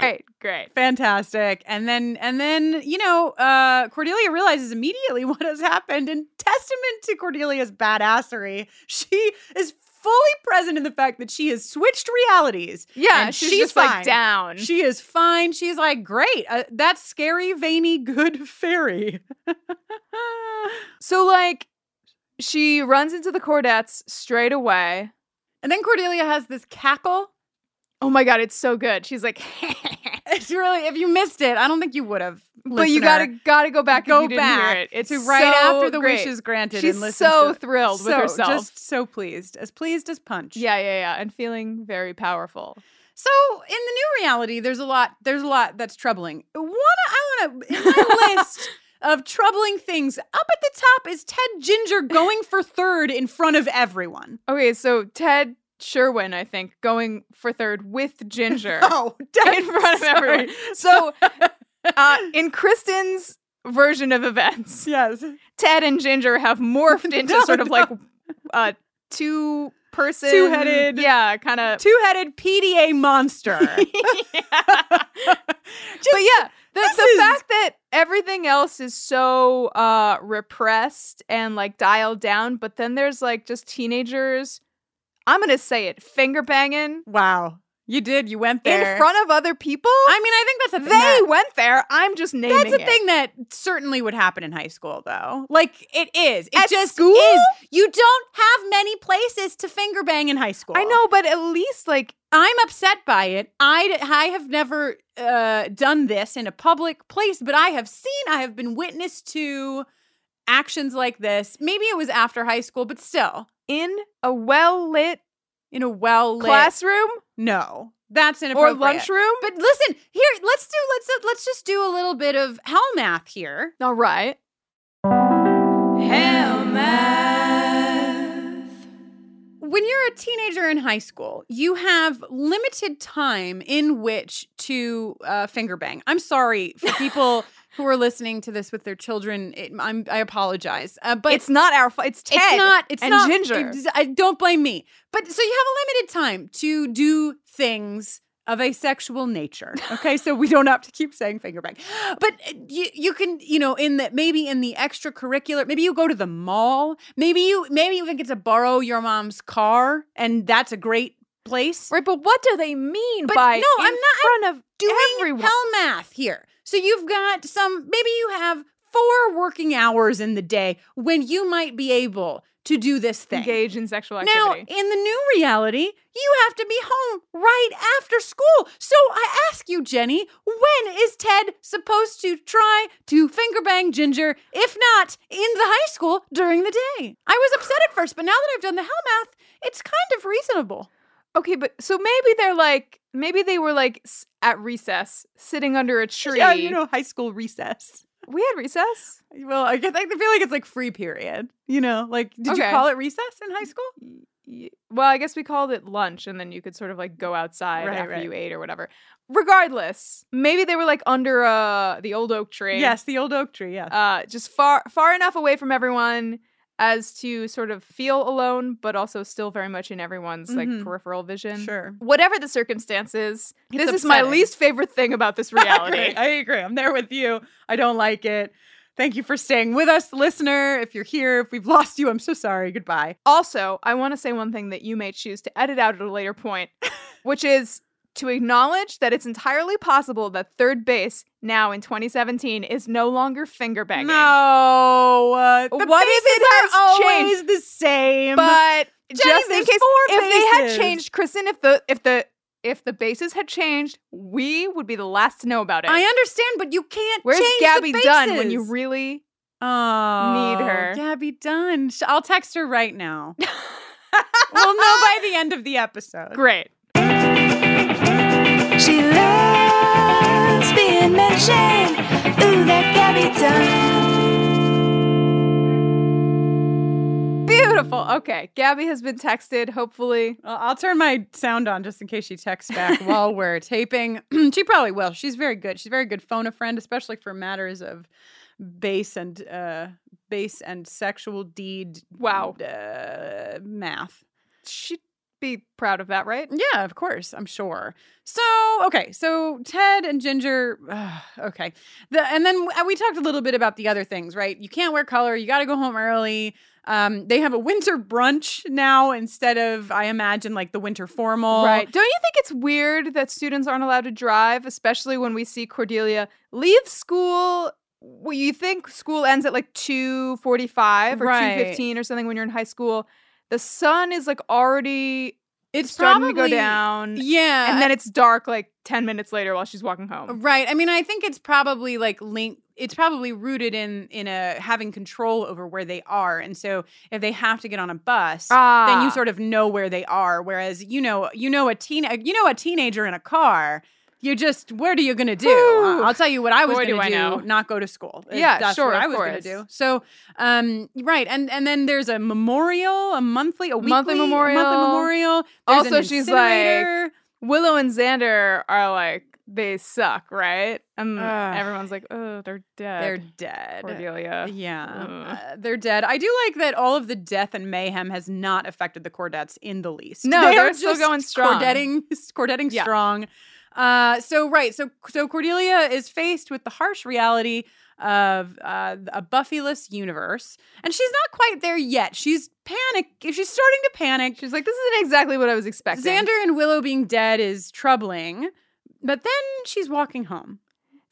Great, great.
Fantastic. And then and then, you know, uh Cordelia realizes immediately what has happened and testament to Cordelia's badassery, she is fully present in the fact that she has switched realities.
Yeah,
and
she's just, like, down.
She is fine. She's like, great. Uh, that's scary, veiny, good fairy.
So like she runs into the Cordettes straight away.
And then Cordelia has this cackle.
Oh my god, it's so good. She's like
It's really, if you missed it, I don't think you would have.
But you gotta gotta go back.
go
if you Didn't
back
hear it. It's
to right
so
after the
great.
wish is granted.
She's
and listen
so
to it.
thrilled with
So,
herself.
Just so pleased, as pleased as punch.
yeah, yeah, yeah, and feeling very powerful.
So in the new reality, there's a lot. There's a lot that's troubling. One, I want to in my list of troubling things. Up at the top is Ted Ginger going for third in front of everyone.
Okay, so Ted Sherwin, I think, going for third with Ginger
Oh, Ted
in front of everyone. So uh, in Kristen's version of events,
yes,
Ted and Ginger have morphed into
No,
sort of
no.
like uh, two person,
Two-headed-
yeah, kind of
two-headed PDA monster.
but yeah, the,
this
the
is-
fact that everything else is so uh, repressed and like dialed down, but then there's like just teenagers. I'm gonna say it, finger banging
wow, you did. You went there
in front of other people.
I mean, I think that's a
they
thing that-
went there. I'm just naming.
That's a
it.
thing that certainly would happen in high school, though. Like it is. It
At
just
school?
is. You don't have many places to finger bang in high school.
I know, but at least like
I'm upset by it. I d- I have never uh, done this in a public place, but I have seen. I have been witness to actions like this. Maybe it was after high school, but still
in a well lit
in a well lit
classroom
No, that's
or
inappropriate.
lunchroom.
But listen, here let's do let's let's just do a little bit of hell math here.
All right.
when you're a teenager in high school, you have limited time in which to uh, finger bang. I'm sorry for people who are listening to this with their children. It, I'm, I apologize, uh, but
it's not our fault. It's Ted.
it's not. It's
and
not
Ginger.
it's- I don't blame me. But so you have a limited time to do things of a sexual nature. Okay, so we don't have to keep saying finger bang. But uh, you you can you know in the maybe in the extracurricular maybe you go to the mall maybe you maybe you can get to borrow your mom's car and that's a great place.
Right, but what do they mean
But
by
no,
in
I'm not- I'm
front of
doing
everyone?
hell math here. So you've got some, maybe you have four working hours in the day when you might be able to do this thing.
engage in sexual
Now,
activity.
in the new reality, you have to be home right after school. So I ask you, Jenny, when is Ted supposed to try to finger bang Ginger, if not in the high school during the day? I was upset at first, but now that I've done the hell math, it's kind of reasonable.
okay, but so maybe they're like, maybe they were like s- at recess, sitting under a tree.
high school recess.
we had recess.
Well, I guess I feel like it's like free period. You know, like did
Okay.
you call it recess in high school?
Y- Well, I guess we called it lunch, and then you could sort of like go outside
Right,
after
right.
you ate or whatever. Regardless, maybe they were like under uh, the old oak tree.
Yes, the old oak tree. Yes.
uh, just far far enough away from everyone as to sort of feel alone, but also still very much in everyone's like
Mhm.
peripheral vision.
Sure.
Whatever the circumstances,
It's
this is my
upsetting.
least favorite thing about this reality.
I agree. I agree. I'm there with you. I don't like it. Thank you for staying with us, listener. If you're here, if we've lost you, I'm so sorry. Goodbye.
Also, I want to say one thing that you may choose to edit out at a later point, which is to acknowledge that it's entirely possible that third base now in 2017 is no longer finger banging.
No. Uh,
What
the
if
bases
it has
are always
changed?
the same.
But
Jenny,
just in
there's
case,
four
if they had
bases.
changed, Kristen, if the if the if the bases had changed, we would be the last to know about it.
I understand, but you can't
Where's
change the
Gabby Dunn when you
bases.
really?
Oh,
her.
Gabby Dunn. Sh- I'll text her right now. we'll know by the end of the episode.
Great.
She loves being mentioned. Ooh, that Gabby Dunn.
Beautiful. Okay. Gabby has been texted, hopefully.
Well, I'll turn my sound on just in case she texts back while we're taping. she probably will. She's very good. She's a very good phone a friend, especially for matters of base and uh base and sexual deed
Wow.
uh, math.
She'd be proud of that, right?
Yeah, of course, I'm sure. So, okay, so Ted and Ginger, ugh, okay. The, and then w- we talked a little bit about the other things, right? You can't wear color, you got to go home early. Um, they have a winter brunch now instead of, I imagine, like the winter formal.
Right. Don't you think it's weird that students aren't allowed to drive, especially when we see Cordelia leave school? Well, you think school ends at like 2.45 or
Right.
2.15 or something when you're in high school. The sun is like already
It's
starting to go
probably-
down.
Yeah.
And then it's dark like 10 minutes later while she's walking home.
Right. I mean, I think it's probably like linked. It's probably rooted in in a having control over where they are, and so if they have to get on a bus, then
Ah.
you sort of know where they are. Whereas you know, you know a teen, uh, you know a teenager in a car. You just, what are you gonna do?
Whew.
I'll tell you what I was
Boy,
gonna
do I
do:
know.
not go to school. Uh,
Yeah,
that's
sure,
What
of
I was
course.
gonna do. So, um, right, and and then there's a memorial, a monthly, a weekly,
Monthly
a monthly
memorial.
memorial. There's an
also, she's like,
incinerator.
Willow and Xander are like, they suck, right? And
Ugh.
everyone's like, oh, they're dead.
They're dead.
Cordelia.
Yeah,
Ugh.
uh, they're dead. I do like that all of the death and mayhem has not affected the Cordettes in the least.
No,
They
they're
are
still
just
going strong.
Cordetting, cordetting
Yeah.
strong. Uh, so right, so so Cordelia is faced with the harsh reality of uh, a Buffyless universe, and she's not quite there yet. She's panic. She's starting to panic.
She's like, this isn't exactly what I was expecting.
Xander and Willow being dead is troubling, but then she's walking home,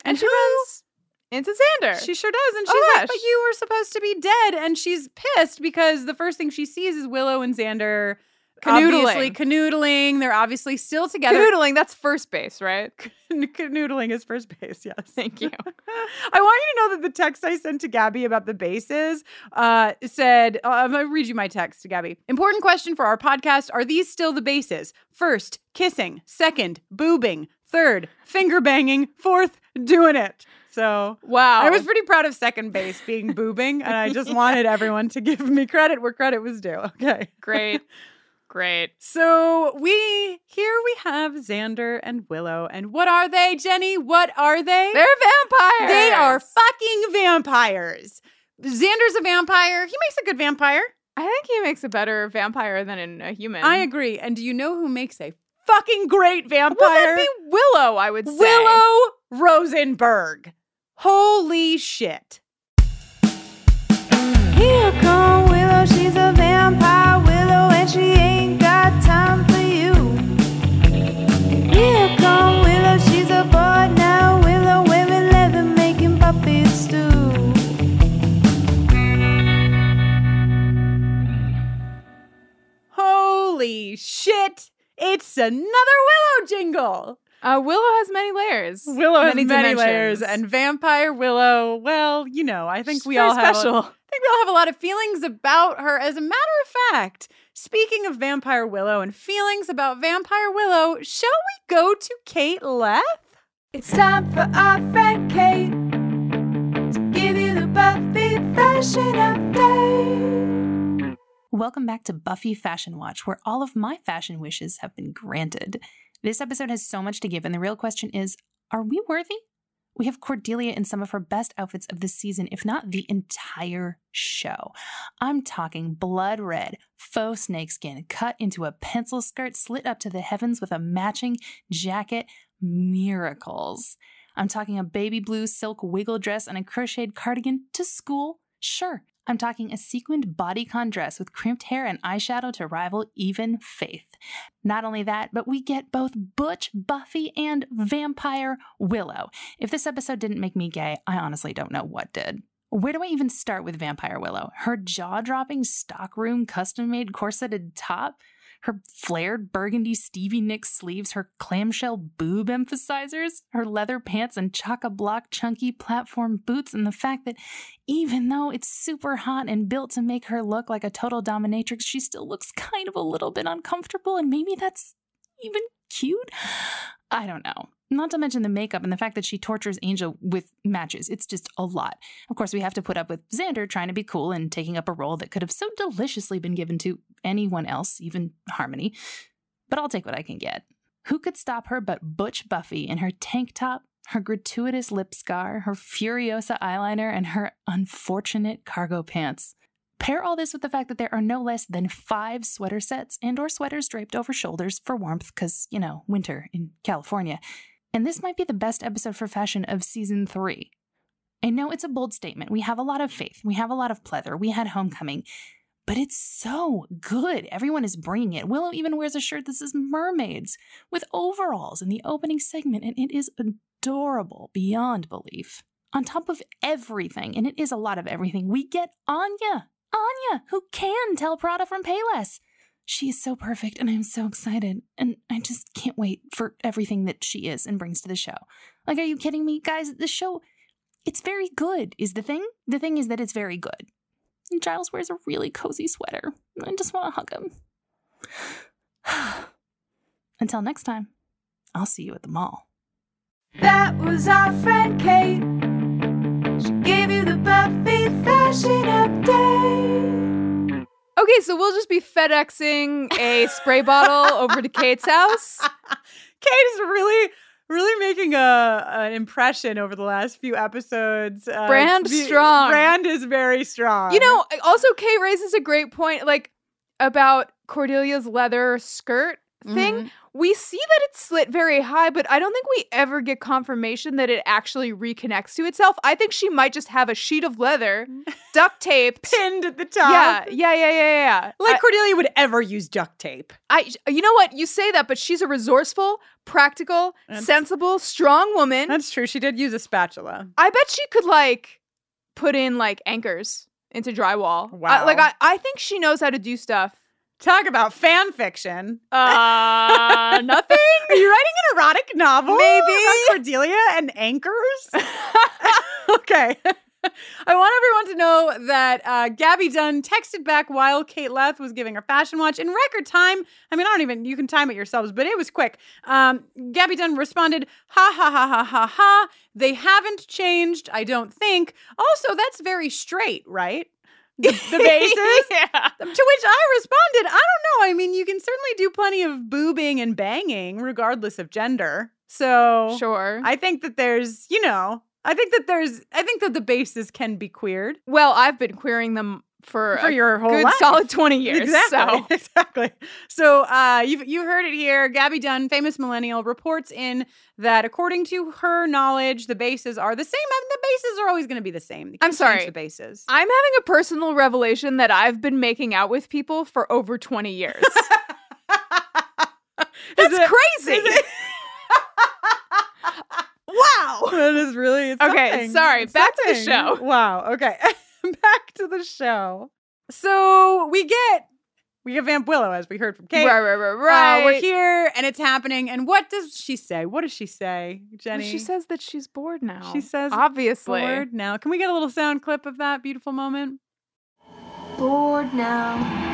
And she
who-
runs into Xander.
she sure does. And
Oh,
she's
gosh.
like, but you were supposed to be dead. And she's pissed because the first thing she sees is Willow and Xander obviously
Canoodling.
canoodling. They're obviously still together.
Canoodling, that's first base, right?
canoodling is first base, yes.
Thank you.
I want you to know that the text I sent to Gabby about the bases uh, said, uh, I'm going to read you my text to Gabby. Important question for our podcast Are these still the bases? First, kissing. Second, boobing. Third, finger banging. Fourth, doing it. So
Wow.
I was pretty proud of second base being boobing, and I just wanted everyone to give me credit where credit was due. Okay.
great. Great.
So we here we have Xander and Willow, and what are they, Jenny? What are they?
They're vampires.
They are fucking vampires. Xander's a vampire. He makes a good vampire.
I think he makes a better vampire than in a human.
I agree. And do you know who makes a fucking great vampire?
Well, that'd be Willow, I would say.
Willow Rosenberg. Holy shit.
Here come Willow, she's a vampire Willow, and she ain't got time for you. Here come Willow, she's a boy now. Willow, wearing leather, making puppet stew.
Holy shit. It's another Willow jingle.
Uh, Willow has many layers.
Willow has many
dimensions.
layers, and Vampire Willow. Well, you know, I think
She's
we
very
all have.
special.
A, I think we all have a lot of feelings about her. As a matter of fact, speaking of Vampire Willow and feelings about Vampire Willow, shall we go to Kate Leth?
It's time for our friend Kate to give you the Buffy fashion update.
Welcome back to Buffy Fashion Watch, where all of my fashion wishes have been granted. This episode has so much to give, and the real question is are we worthy? We have Cordelia in some of her best outfits of the season, if not the entire show. I'm talking blood red, faux snakeskin, cut into a pencil skirt, slit up to the heavens with a matching jacket. Miracles. I'm talking a baby blue silk wiggle dress and a crocheted cardigan to school. Sure. I'm talking a sequined bodycon dress with crimped hair and eyeshadow to rival even Faith. Not only that, but we get both Butch Buffy and Vampire Willow. If this episode didn't make me gay, I honestly don't know what did. Where do I even start with Vampire Willow? Her jaw dropping stockroom custom made corseted top? her flared burgundy Stevie Nicks sleeves, her clamshell boob emphasizers, her leather pants and chock a block chunky platform boots, and the fact that even though it's super hot and built to make her look like a total dominatrix, she still looks kind of a little bit uncomfortable, and maybe that's even cute? I don't know. Not to mention the makeup and the fact that she tortures Angel with matches. It's just a lot. Of course, we have to put up with Xander trying to be cool and taking up a role that could have so deliciously been given to anyone else, even Harmony. But I'll take what I can get. Who could stop her but Butch Buffy in her tank top, her gratuitous lip scar, her Furiosa eyeliner, and her unfortunate cargo pants? Pair all this with the fact that there are no less than five sweater sets and or sweaters draped over shoulders for warmth because, you know, winter in California. And this might be the best episode for fashion of season three. I know it's a bold statement. We have a lot of faith. We have a lot of pleather. We had homecoming. But it's so good. Everyone is bringing it. Willow even wears a shirt that says mermaids with overalls in the opening segment, and it is adorable beyond belief. On top of everything, and it is a lot of everything, we get Anya. Anya, who can tell Prada from Payless. She is so perfect, and I'm so excited. And I just can't wait for everything that she is and brings to the show. Like, are you kidding me? Guys, the show, it's very good, is the thing. The thing is that it's very good. And Giles wears a really cozy sweater. I just want to hug him. Until next time, I'll see you at the mall.
That was our friend Kate. She gave you the Buffy fashion update.
Okay, so we'll just be FedExing a spray bottle over to Kate's house.
Kate is really, really making a an impression over the last few episodes. Uh,
Brand
it's be-
strong.
Brand is very strong.
You know, also Kate raises a great point, like about Cordelia's leather skirt thing.
Mm-hmm.
We see that it's slit very high, but I don't think we ever get confirmation that it actually reconnects to itself. I think she might just have a sheet of leather duct taped,
pinned at the top.
Yeah, yeah, yeah, yeah, yeah.
like Cordelia would ever use duct tape.
I, you know what? You say that, but she's a resourceful, practical,
That's-
sensible, strong woman.
That's true. She did use a spatula.
I bet she could like put in like anchors into drywall. I-
Wow.
like I, I think she knows how to do stuff.
Talk about fan fiction.
Uh, nothing.
Are you writing an erotic novel?
Maybe.
About Cordelia and anchors? okay. I want everyone to know that uh, Gabby Dunn texted back while Kate Leth was giving her fashion watch in record time. I mean, I don't even, you can time it yourselves, but it was quick. Um, Gabby Dunn responded, ha ha ha ha ha ha. They haven't changed, I don't think. Also, that's very straight, right? The, the bases?
yeah.
To which I responded, I don't know. I mean, you can certainly do plenty of boobing and banging, regardless of gender. So
Sure.
I think that there's, you know, I think that there's, I think that the bases can be queered
well, I've been querying them for
for
a
your whole
good
life.
solid twenty years.
Exactly.
So.
Exactly. So uh, you you heard it here. Gabby Dunn, famous millennial, reports in that according to her knowledge, the bases are the same. I mean, the bases are always going to be the same. You
I'm
can't change
sorry.
The bases.
I'm having a personal revelation that I've been making out with people for over 20 years. That's crazy. wow.
That is really it's
Okay,
something.
sorry,
It's
back to the
something.
show.
Wow. Okay, back to the show. So we get we get Vamp Willow as we heard from Kate.
Right, right, right,
Uh,
right.
we're here and it's happening. And what does she say? What does she say,
Well,
Jenny?
She says that she's bored now.
She says,
obviously.
bored now. Can we get a little sound clip of that beautiful moment?
Bored now.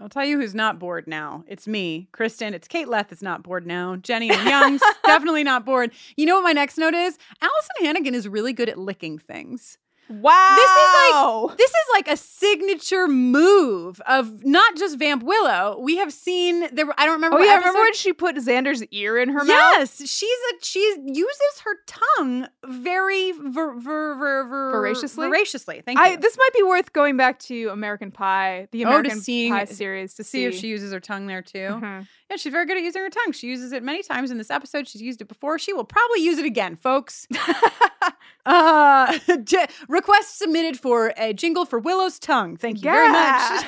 I'll tell you who's not bored now. It's me, Kristen. It's Kate Leth is not bored now. Jenny and Young's definitely not bored. You know what my next note is? Allison Hannigan is really good at licking things.
Wow.
This is like this is like a signature move of not just Vamp Willow. We have seen there. were- I don't remember.
Oh
what
yeah,
episode-
remember when she put Xander's ear in her mouth?
yes, she's a she uses her tongue very ver, ver, ver, ver,
Voraciously?
Voraciously, thank you.
I, this might be worth going back to American Pie, the
Oh, to
American
seeing-
Pie series, to see,
see if she uses her tongue there too.
Mhm.
Yeah, she's very good at using her tongue. She uses it many times in this episode. She's used it before. She will probably use it again, folks. uh, j- request submitted for a jingle for Willow's tongue. Thank you very much.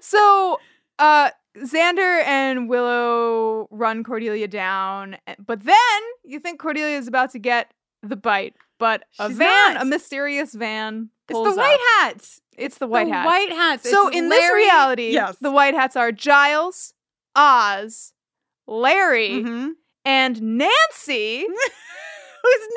So, uh, Xander and Willow run Cordelia down, eh, but then you think Cordelia is about to get the bite, but a
She's
van,
not.
a mysterious van,
it's the
pulls
white
up.
hats.
It's the white
the
hat.
White hats.
so
It's
in this
Larry-
reality,
yes.
the white hats are Giles, Oz, Larry,
Mhm.
and Nancy.
Who's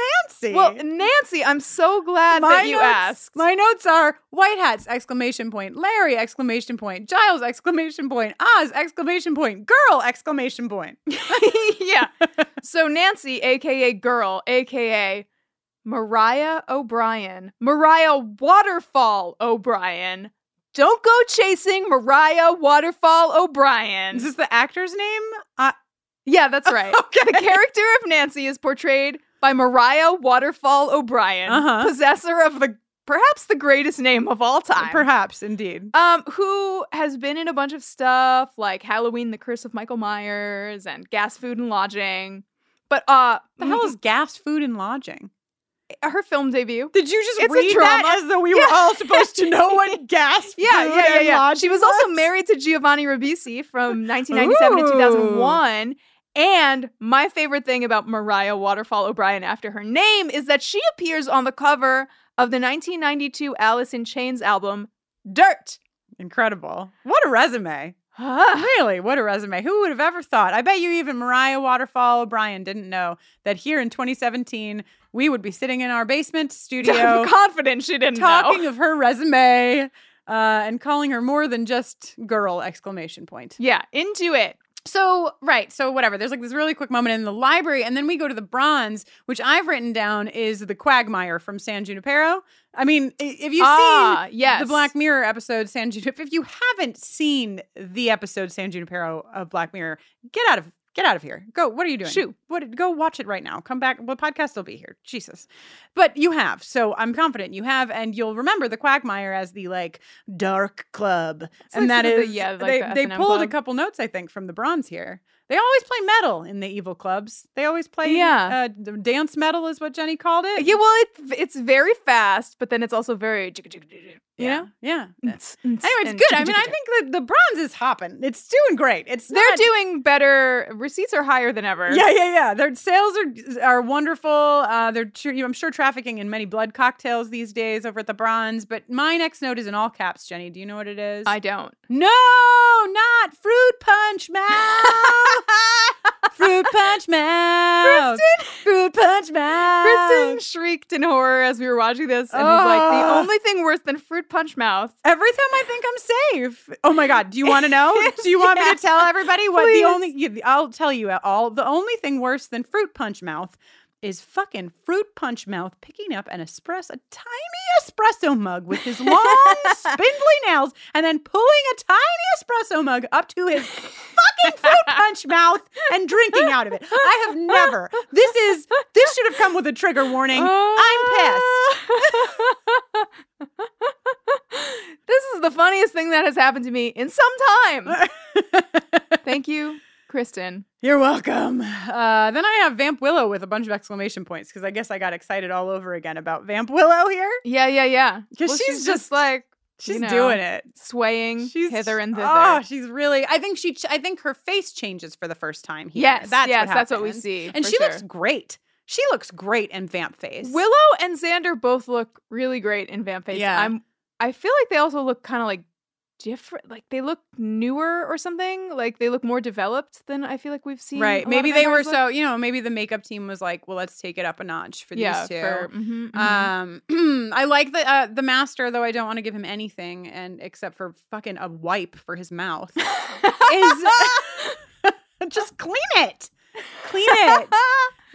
Nancy?
Well, Nancy, I'm so glad that you
notes,
asked.
My notes are white hats exclamation point, Larry exclamation point, Giles exclamation point, Oz exclamation point, girl exclamation point.
yeah. So Nancy, aka Girl, aka Mariah O'Brien, Mariah Waterfall O'Brien. Don't go chasing Mariah Waterfall O'Brien.
Is this the actor's name? Uh,
Yeah, that's right.
Okay.
The character of Nancy is portrayed by Mariah Waterfall O'Brien,
Uh-huh.
possessor of the perhaps the greatest name of all time.
Perhaps, indeed.
Um, who has been in a bunch of stuff like Halloween, The Curse of Michael Myers, and Gas, Food, and Lodging. But uh,
The hell is gas, food, and lodging?
her film debut?
Did you just
It's a
read that
drama.
as though we
Yeah.
were all supposed to know what gas, food,
Yeah, yeah, yeah,
and
yeah.
lodging
She was also married to Giovanni Ribisi from 1997 to
Ooh.
2001. And my favorite thing about Mariah Waterfall O'Brien after her name is that she appears on the cover of the 1992 Alice in Chains album, Dirt.
Incredible. What a resume.
Ah.
Really, what a resume. Who would have ever thought? I bet you even Mariah Waterfall O'Brien didn't know that here in 2017, we would be sitting in our basement studio
I'm confident she didn't
talking
know.
of her resume uh, and calling her more than just girl exclamation point.
Yeah, into it.
So, right. So, whatever. There's like this really quick moment in the library. And then we go to the bronze, which I've written down is the quagmire from San Junipero. I mean, i- if you've
Ah,
seen
yes.
the Black Mirror episode San Junipero, if you haven't seen the episode San Junipero of Black Mirror, get out of get out of here. Go. What are you doing?
Shoo.
What? Go watch it right now. Come back. Well, podcast will be here. Jesus. But you have. So I'm confident you have, and you'll remember the quagmire as the like dark club, and
like
that
sort of the-
is
yeah, like
they
the
they
S&M
pulled a
club.
couple notes I think from the bronze here. They always play metal in the evil clubs. They always play
Yeah.
uh, d- dance metal is what Jenny called it.
Yeah, well, it, it's very fast, but then it's also very, you
Yeah,
know?
yeah. Anyway,
Anyway,
it's good. I mean, I think the, the bronze is hopping. It's doing great. It's
they're
not-
doing better. Receipts are higher than ever.
Yeah, yeah, yeah. Their sales are are wonderful. Uh, they're tr- I'm sure trafficking in many blood cocktails these days over at the Bronze. But my next note is in all caps, Jenny. Do you know what it is?
I don't.
No, not fruit punch mouth. fruit punch mouth. Fruit punch mouth.
Kristen shrieked in horror as we were watching this and was like, the
Ugh.
only thing worse than fruit punch mouth.
Every time I think I'm safe. Oh my God. Do you want to know? Do you want me to
Yes.
tell everybody what
Please.
the only, you- I'll tell you all. The only thing worse than fruit punch mouth is fucking fruit punch mouth picking up an espresso, a tiny espresso mug with his long, spindly nails and then pulling a tiny espresso mug up to his fucking fruit punch mouth and drinking out of it. I have never. This is, this should have come with a trigger warning. I'm pissed.
This is the funniest thing that has happened to me in some time. Thank you, Kristen.
You're welcome. Uh, then I have Vamp Willow with a bunch of exclamation points because I guess I got excited all over again about Vamp Willow here.
Yeah, yeah, yeah.
'Cause
Well,
she's just-
like
She's
you know,
doing it.
swaying
She's
hither and thither.
Oh, she's really. I think she. ch- I think her face changes for the first time here.
Yes,
that's
yes,
what
that's what we
happened.
see,
And
for
she looks
sure.
great. She looks great in Vamp face.
Willow and Xander both look really great in Vamp Face.
Yeah.
I'm I feel like they also look kind of like different like they look newer or something. Like they look more developed than I feel like we've seen.
right?
a lot
Maybe
of
they were
vampires look.
so. You know, maybe the makeup team was like, "Well, let's take it up a notch for
yeah,
these two.
for- mhm, mhm.
Um, I like the uh, the master though. I don't want to give him anything, and except for fucking a wipe for his mouth. is just clean it, clean it.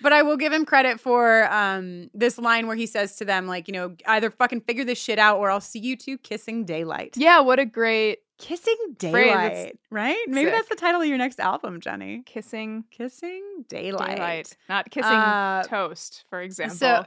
But I will give him credit for um, this line where he says to them, like, you know, either fucking figure this shit out, or I'll see you two kissing daylight.
yeah, what a great
Kissing
Phrase, it's
daylight, right? Maybe
sick.
that's the title of your next album, Jenny.
kissing
Kissing
daylight.
daylight.
Not kissing
Uh,
toast, for example.
So,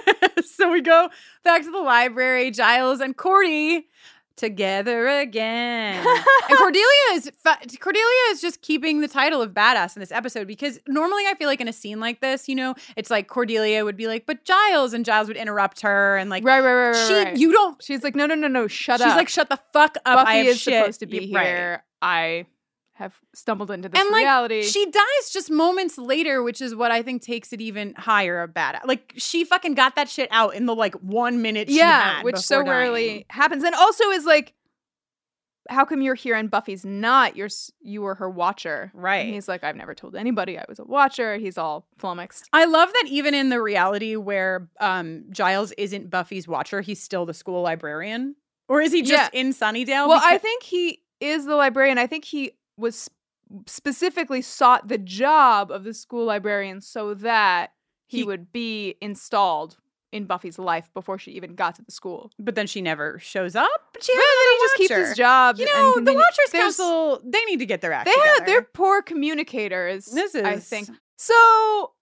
so we go back to the library, Giles and Cordy together again. and Cordelia is fu- Cordelia is just keeping the title of badass in this episode because normally I feel like in a scene like this, you know, it's like Cordelia would be like, "But Giles," and Giles would interrupt her and like
right, right, right, right.
she
right.
you don't
She's like, no, no, no, no, shut
She's
up.
like, "Shut the fuck up.
Buffy
I have
is
shit."
supposed to be
Yeah, right.
here. I have stumbled into this
and like
reality.
she dies just moments later which is what i think takes it even higher a bad like she fucking got that shit out in the like one minute she
yeah,
had
which so
before dying.
rarely happens, and also is like, how come you're here and Buffy's not? You're s- you were her watcher,
Right.
And he's like, I've never told anybody I was a watcher. He's all flummoxed.
I love that even in the reality where um, Giles isn't Buffy's watcher, he's still the school librarian. Or is he just in Sunnydale?
Well, I
Because-
think he is the librarian. I think he was sp- specifically sought the job of the school librarian so that he,
He-
would be installed in Buffy's life before she even got to the school.
But then she never shows up. But she
Rather
has
than he
another
just keeps
watcher.
his job.
You
and
know, the
continue-
Watchers
There's-
Council, they need to get their act
They have,
together.
they're poor communicators.
This
I
is-
think so.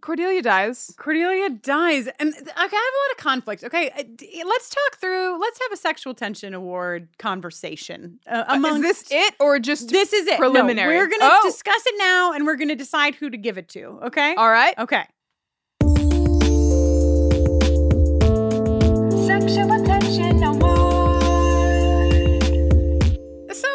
Cordelia dies.
Cordelia dies. And th- okay, I have a lot of conflict. Okay, uh, d- let's talk through, let's have a sexual tension award conversation. Uh,
Uh, is
amongst,
this it or just
This is it. No,
preliminary?
we're going to
Oh.
discuss it now and we're going to decide who to give it to. Okay?
All right.
Okay.
Sexual tension no more.
So,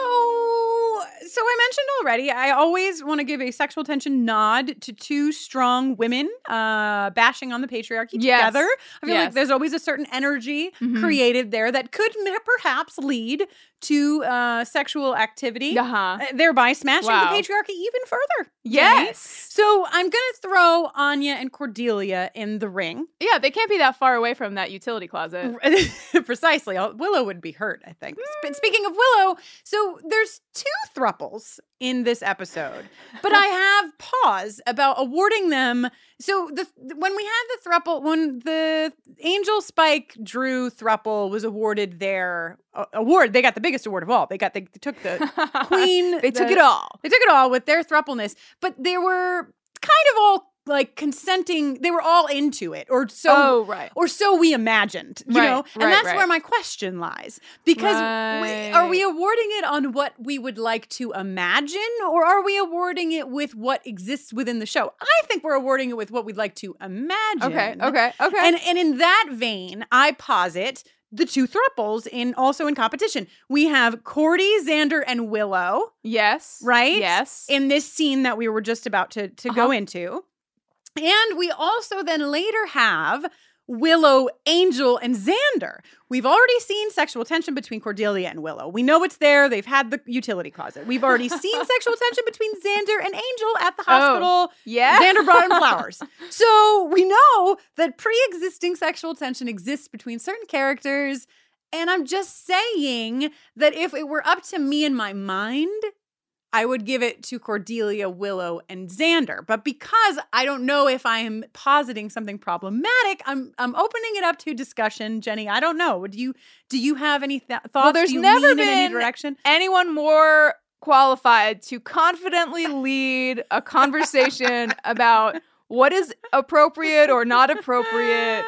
so I mentioned already, I always want to give a sexual tension nod to two strong women uh, bashing on the patriarchy
Yes.
together. I feel
Yes.
like there's always a certain energy
Mhm.
created there that could m- perhaps lead to uh, sexual activity,
Uh-huh.
uh, thereby smashing
Wow.
the patriarchy even further. Jenny.
Yes.
So I'm gonna throw Anya and Cordelia in the ring.
Yeah, they can't be that far away from that utility closet.
Precisely. Al- Willow would be hurt, I think. But speaking of Willow, so there's two thruples in this episode, but I have pause about awarding them. So the when we had the thruple, when the Angel Spike Drew thruple was awarded their uh, award, they got the biggest award of all. They got they took the queen.
They took
the-
it all.
They took it all with their thrupleness, but they were kind of all like consenting. They were all into it, or so
oh, right.
or so we imagined, you
Right,
know?
right,
and that's
right.
where my question lies. Because we, are we awarding it on what we would like to imagine, or are we awarding it with what exists within the show? I think we're awarding it with what we'd like to imagine.
Okay, okay, okay.
And, and in that vein, I posit the two thruples in also in competition. We have Cordy, Xander, and Willow
yes.
right?
Yes.
In this scene that we were just about to, to go into. And we also then later have Willow, Angel, and Xander. We've already seen sexual tension between Cordelia and Willow. We know it's there. They've had the utility closet. We've already seen sexual tension between Xander and Angel at the hospital.
yeah.
Xander brought him flowers. So we know that pre existing sexual tension exists between certain characters. And I'm just saying that if it were up to me in my mind, I would give it to Cordelia, Willow, and Xander. But because I don't know if I'm positing something problematic, I'm I'm opening it up to discussion. Jenny, I don't know. Would you do you have any th- thoughts?
there's
Do you
never
lean in any
been-
direction.
Anyone more qualified to confidently lead a conversation about what is appropriate or not appropriate,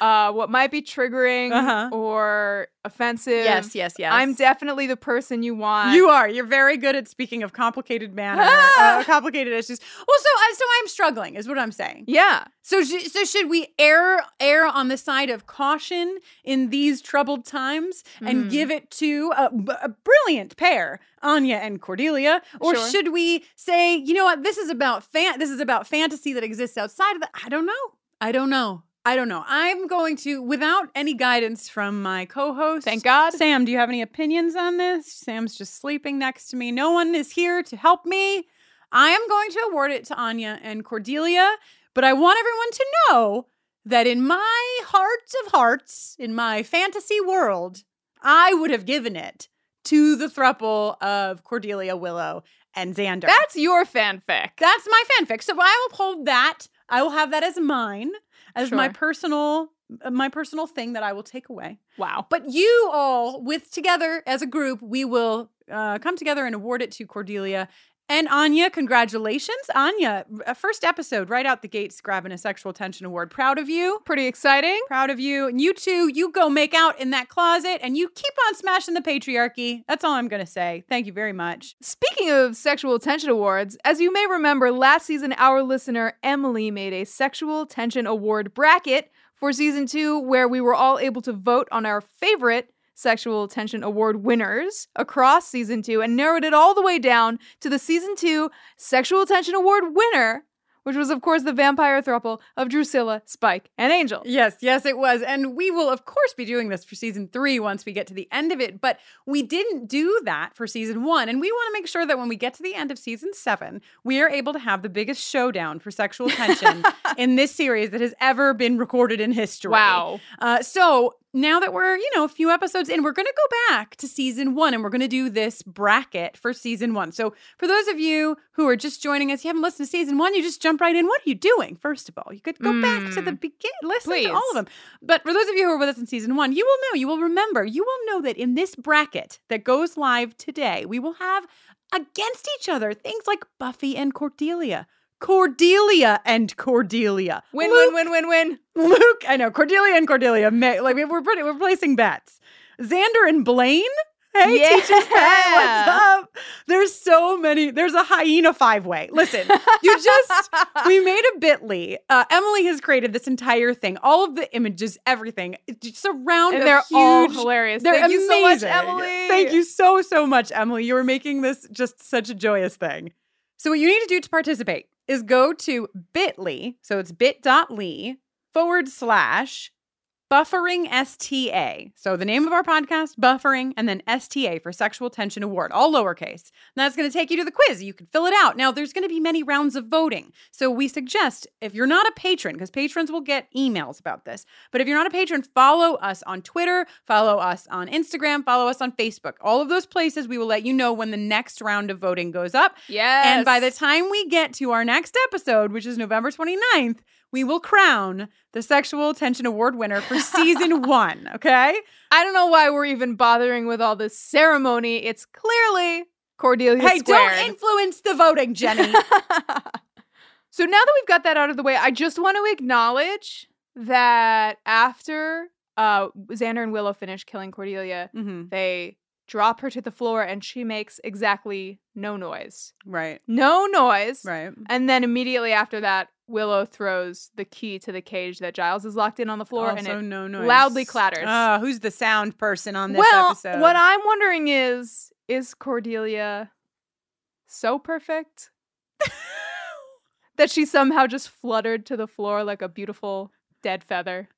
uh, what might be triggering
Uh-huh.
or offensive?
Yes, yes, yes.
I'm definitely the person you want.
You are. You're very good at speaking of complicated manner,
Ah!
uh, complicated issues. Well, so I so I'm struggling, is what I'm saying.
Yeah.
So sh- so should we err err on the side of caution in these troubled times and
Mhm.
give it to a, b- a brilliant pair, Anya and Cordelia, or
Sure.
should we say, you know what, this is about fan this is about fantasy that exists outside of the I don't know. I don't know. I don't know. I'm going to without any guidance from my co-host.
Thank God.
Sam, do you have any opinions on this? Sam's just sleeping next to me. No one is here to help me. I am going to award it to Anya and Cordelia, but I want everyone to know that in my heart of hearts, in my fantasy world, I would have given it to the thruple of Cordelia, Willow, and Xander.
That's your fanfic.
That's my fanfic. So I will hold that. I will have that as mine, as my
Sure.
personal my personal thing that I will take away.
wow.
But you all, with together as a group, we will uh, come together and award it to Cordelia and Anya. Congratulations, Anya! uh, First episode right out the gates, grabbing a sexual tension award. Proud of you.
Pretty exciting.
Proud of you. And you two, you go make out in that closet and you keep on smashing the patriarchy. That's all I'm going to say. Thank you very much.
Speaking of sexual tension awards, as you may remember, last season our listener Emily made a sexual tension award bracket for season two, where we were all able to vote on our favorite sexual tension award winners across season two and narrowed it all the way down to the season two sexual tension award winner, which was, of course, the vampire throuple of Drusilla, Spike, and Angel.
Yes, yes, it was. And we will, of course, be doing this for season three once we get to the end of it. But we didn't do that for season one. And we want to make sure that when we get to the end of season seven, we are able to have the biggest showdown for sexual tension in this series that has ever been recorded in history.
Wow.
Uh, so now that we're, you know, a few episodes in, we're going to go back to season one and we're going to do this bracket for season one. So for those of you who are just joining us, you haven't listened to season one, you just jump right in. What are you doing? First of all, you could go back to the
Mm.
beginning, listen to all
Please.
of them. But for those of you who are with us in season one, you will know, you will remember, you will know that in this bracket that goes live today, we will have against each other things like Buffy and Cordelia. Cordelia and Cordelia.
Win, win, win, win,
win. Luke, I know. Cordelia and Cordelia. May, like we're pretty, we're placing bets. Xander and Blaine. Hey,
Yeah.
teachers, pet, what's up? There's so many. There's a hyena five way. Listen, you just we made a bitly. Uh, Emily has created this entire thing, all of the images, everything. It's just a round
And
of
they're all
huge-
hilarious.
They're
Thank you so much,
amazing.
Emily.
Thank you so so much, Emily. You are making this just such a joyous thing. So what you need to do to participate is go to bitly. So it's bit.ly forward slash buffering STA. So the name of our podcast, buffering, and then STA for sexual tension award, all lowercase. And that's going to take you to the quiz. You can fill it out. Now there's going to be many rounds of voting. So we suggest if you're not a patron, because patrons will get emails about this, but if you're not a patron, follow us on Twitter, follow us on Instagram, follow us on Facebook. All of those places we will let you know when the next round of voting goes up.
Yes.
And by the time we get to our next episode, which is November 29th, we will crown the Sexual Tension Award winner for season one, okay?
I don't know why we're even bothering with all this ceremony. It's clearly Cordelia
Hey,
squared.
don't influence the voting, Jenny.
so now that we've got that out of the way, I just want to acknowledge that after uh, Xander and Willow finish killing Cordelia,
Mhm.
they drop her to the floor and she makes exactly no noise.
Right,
No noise.
right.
And then immediately after that, Willow throws the key to the cage that Giles is locked in on the floor and
Also
it
no noise.
loudly clatters.
Ah, who's the sound person on this
well,
episode?
what I'm wondering is is Cordelia so perfect that she somehow just fluttered to the floor like a beautiful dead feather?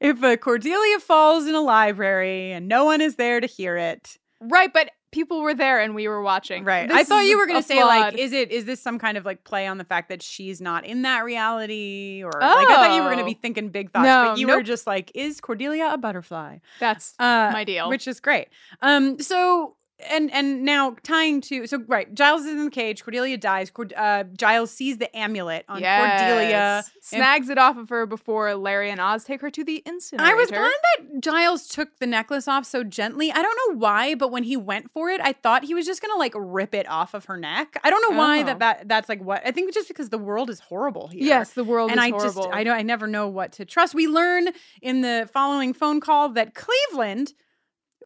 if a Cordelia falls in a library and no one is there to hear it.
Right, but people were there and we were watching.
Right.
This
I thought
is
you
a-
were
a
going to say like
fraud.
is it is this some kind of like play on the fact that she's not in that reality or like I thought you were going to
Oh.
be thinking big thoughts
No,
but you were
nope.
just like is Cordelia a butterfly?
that's
Uh
my deal.
which is great. Um so and and now tying to so right Giles is in the cage Cordelia dies Cord- uh, Giles sees the amulet on Cordelia
Yes.
and
snags it off of her before Larry and Oz take her to the incinerator.
I was glad that Giles took the necklace off so gently. I don't know why, but when he went for it, I thought he was just gonna like rip it off of her neck. I don't know why
Oh.
that, that that's like what I think just because the world is horrible here.
Yes, the world
And
is
I
horrible.
just I don't I never know what to trust. We learn in the following phone call that Cleveland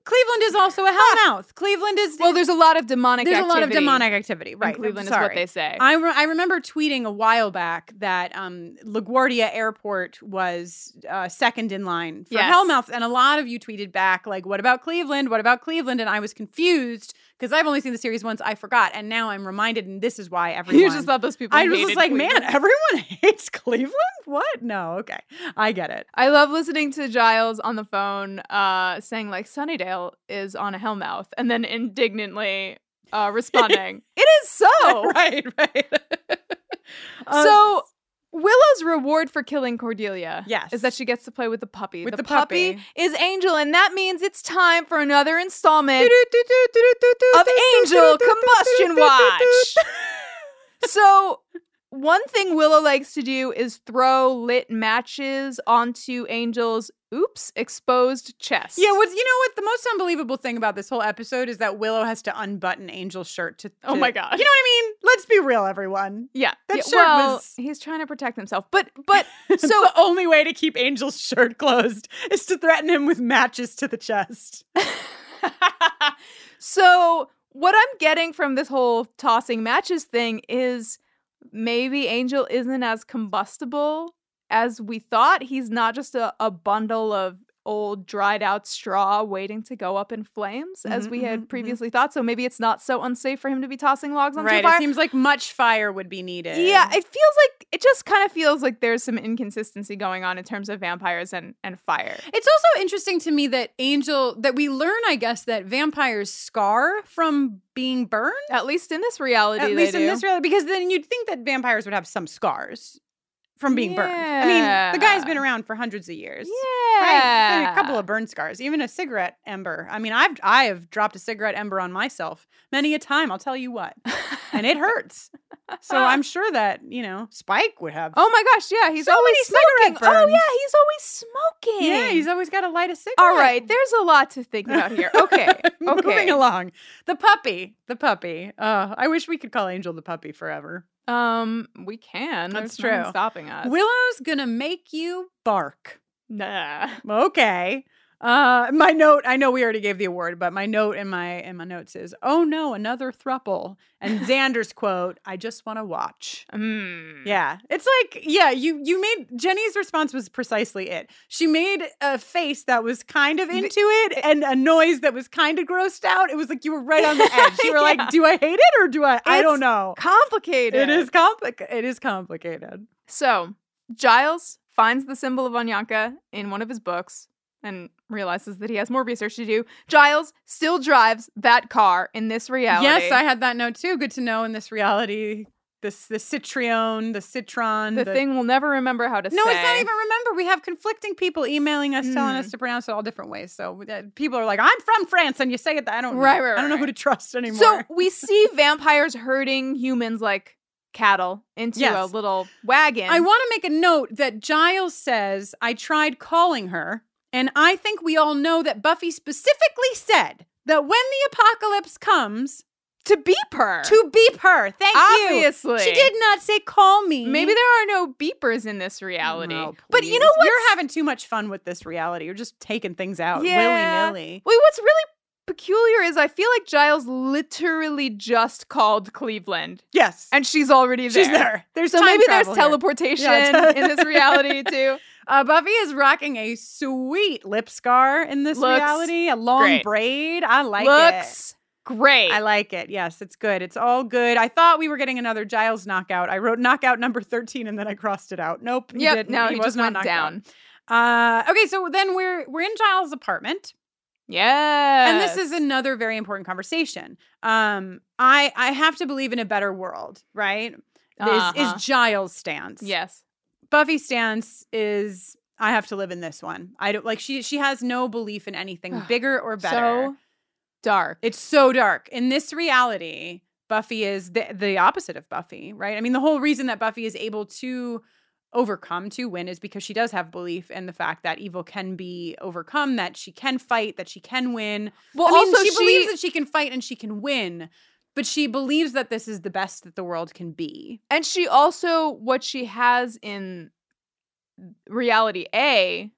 Cleveland is also a hellmouth. Cleveland is
Ah. Well, there's a lot of demonic.
there's a lot of
activity
demonic activity, right?
In Cleveland is
Sorry.
what they say.
I, re- I remember tweeting a while back that um, LaGuardia Airport was uh, second in line for
Yes.
Hellmouth, and a lot of you tweeted back like, "What about Cleveland? What about Cleveland?" And I was confused because I've only seen the series once. I forgot, and now I'm reminded, and this is why everyone.
you just thought those people.
I was just
hated
like,
Cleveland.
man, everyone hates Cleveland. What? No, okay, I get it.
I love listening to Giles on the phone uh, saying like Sunnydale is on a hellmouth, and then indignantly uh, responding, "It is so."
right, right. Um,
Oh. so Willow's reward for killing Cordelia,
Yes.
is that she gets to play with the puppy.
With the
puppy.
puppy.
is Angel, and that means it's time for another installment of
Um, of
Angel Combustion Watch. so one thing Willow likes to do is throw lit matches onto Angel's oops exposed chest.
Yeah, what's you know what the most unbelievable thing about this whole episode is that Willow has to unbutton Angel's shirt to.
Oh
to-
my God.
You know what I mean? Let's be real, everyone.
yeah.
That
yeah,
shirt
well,
was-
he's trying to protect himself, but but so
the only way to keep Angel's shirt closed is to threaten him with matches to the chest.
so what I'm getting from this whole tossing matches thing is maybe Angel isn't as combustible as we thought. He's not just a, a bundle of old dried out straw waiting to go up in flames as
Mhm,
we
mhm,
had
mhm.
previously thought. So maybe it's not so unsafe for him to be tossing logs onto a
Right. It
fire.
seems like much fire would be needed.
yeah, it feels like it just kind of feels like there's some inconsistency going on in terms of vampires and and fire.
It's also interesting to me that Angel, that we learn, I guess, that vampires scar from being burned.
At least in this reality,
At
they
least in
do.
this reality, because then you'd think that vampires would have some scars from being burned. I mean, the guy's
Yeah.
been around for hundreds of years.
Yeah.
Right. I mean, a couple of burn scars, even a cigarette ember. I mean, I've I have dropped a cigarette ember on myself many a time. I'll tell you what, and it hurts. So I'm sure that you know Spike would have.
Oh my gosh, yeah, he's
So
always
many
smoking.
cigarette
Oh
burns.
yeah, he's always smoking.
yeah, he's always got to light a cigarette.
All right, there's a lot to think about here. Okay.
moving
Okay.
along. The puppy, the puppy. Uh, I wish we could call Angel the puppy forever.
Um, we can.
That's
There's nothing
true.
Stopping us.
Willow's gonna make you bark.
Nah.
Okay. Uh, my note. I know we already gave the award, but my note in my in my notes is, "Oh no, another thruple." And Xander's quote, "I just want to watch."
Hmm.
Yeah, it's like yeah, you you made Jenny's response was precisely it. She made a face that was kind of into it and a noise that was kind of grossed out. It was like you were right on the edge. You were like, "Do I hate it or do I?" I don't
It's
know.
Complicated.
It is complicated. It is complicated.
So Giles finds the symbol of Onyanka in one of his books and realizes that he has more research to do. Giles still drives that car in this reality.
Yes, I had that note too. Good to know in this reality, this the citrione, the citron,
The thing we'll never remember how to
No,
say. Mm.
it's not even remember. We have conflicting people emailing us, telling us to pronounce it all different ways. So uh, people are like, "I'm from France," and you say it. that- I don't. know.
Right, right,
I don't know who to trust anymore.
So we see vampires herding humans like cattle into a
Yes.
little wagon.
I want to make a note that Giles says, I tried calling her, and I think we all know that Buffy specifically said that when the apocalypse comes,
to beep her.
To beep her. Thank you.
Obviously.
She did not say call me.
Maybe there are no beepers in this reality. but you know
what?
what?
You're having too much fun with this reality. You're just taking things out willy
Wait,
nilly.
what's really peculiar is I feel like Giles literally just called Cleveland.
Yes.
And she's already there.
She's there. There's
so
time
maybe there's
travel here.
teleportation
Yeah, t-
in this reality too.
Uh, Buffy is rocking a sweet lip scar in this
Looks
reality, a long
great.
braid. I like it.
Looks great.
I like it. Yes, it's good. It's all good. I thought we were getting another Giles knockout. I wrote knockout number 13 and then I crossed it out. Nope. He
Yep,
didn't.
no, he
was
just
not
went
knocked
down.
out. Uh, okay, so then we're we're in Giles' apartment.
Yeah.
And this is another very important conversation. Um, I I have to believe in a better world, right? This
Uh-huh.
is Giles' stance.
Yes.
Buffy's stance is I have to live in this one. I don't like she she has no belief in anything bigger or better.
So dark.
It's so dark. In this reality, Buffy is the, the opposite of Buffy, right? I mean, the whole reason that Buffy is able to overcome, to win, is because she does have belief in the fact that evil can be overcome, that she can fight, that she can win.
Well,
I mean,
also
she, believes
she-
that she can fight and she can win, but she believes that this is the best that the world can be.
And she also what she has in reality A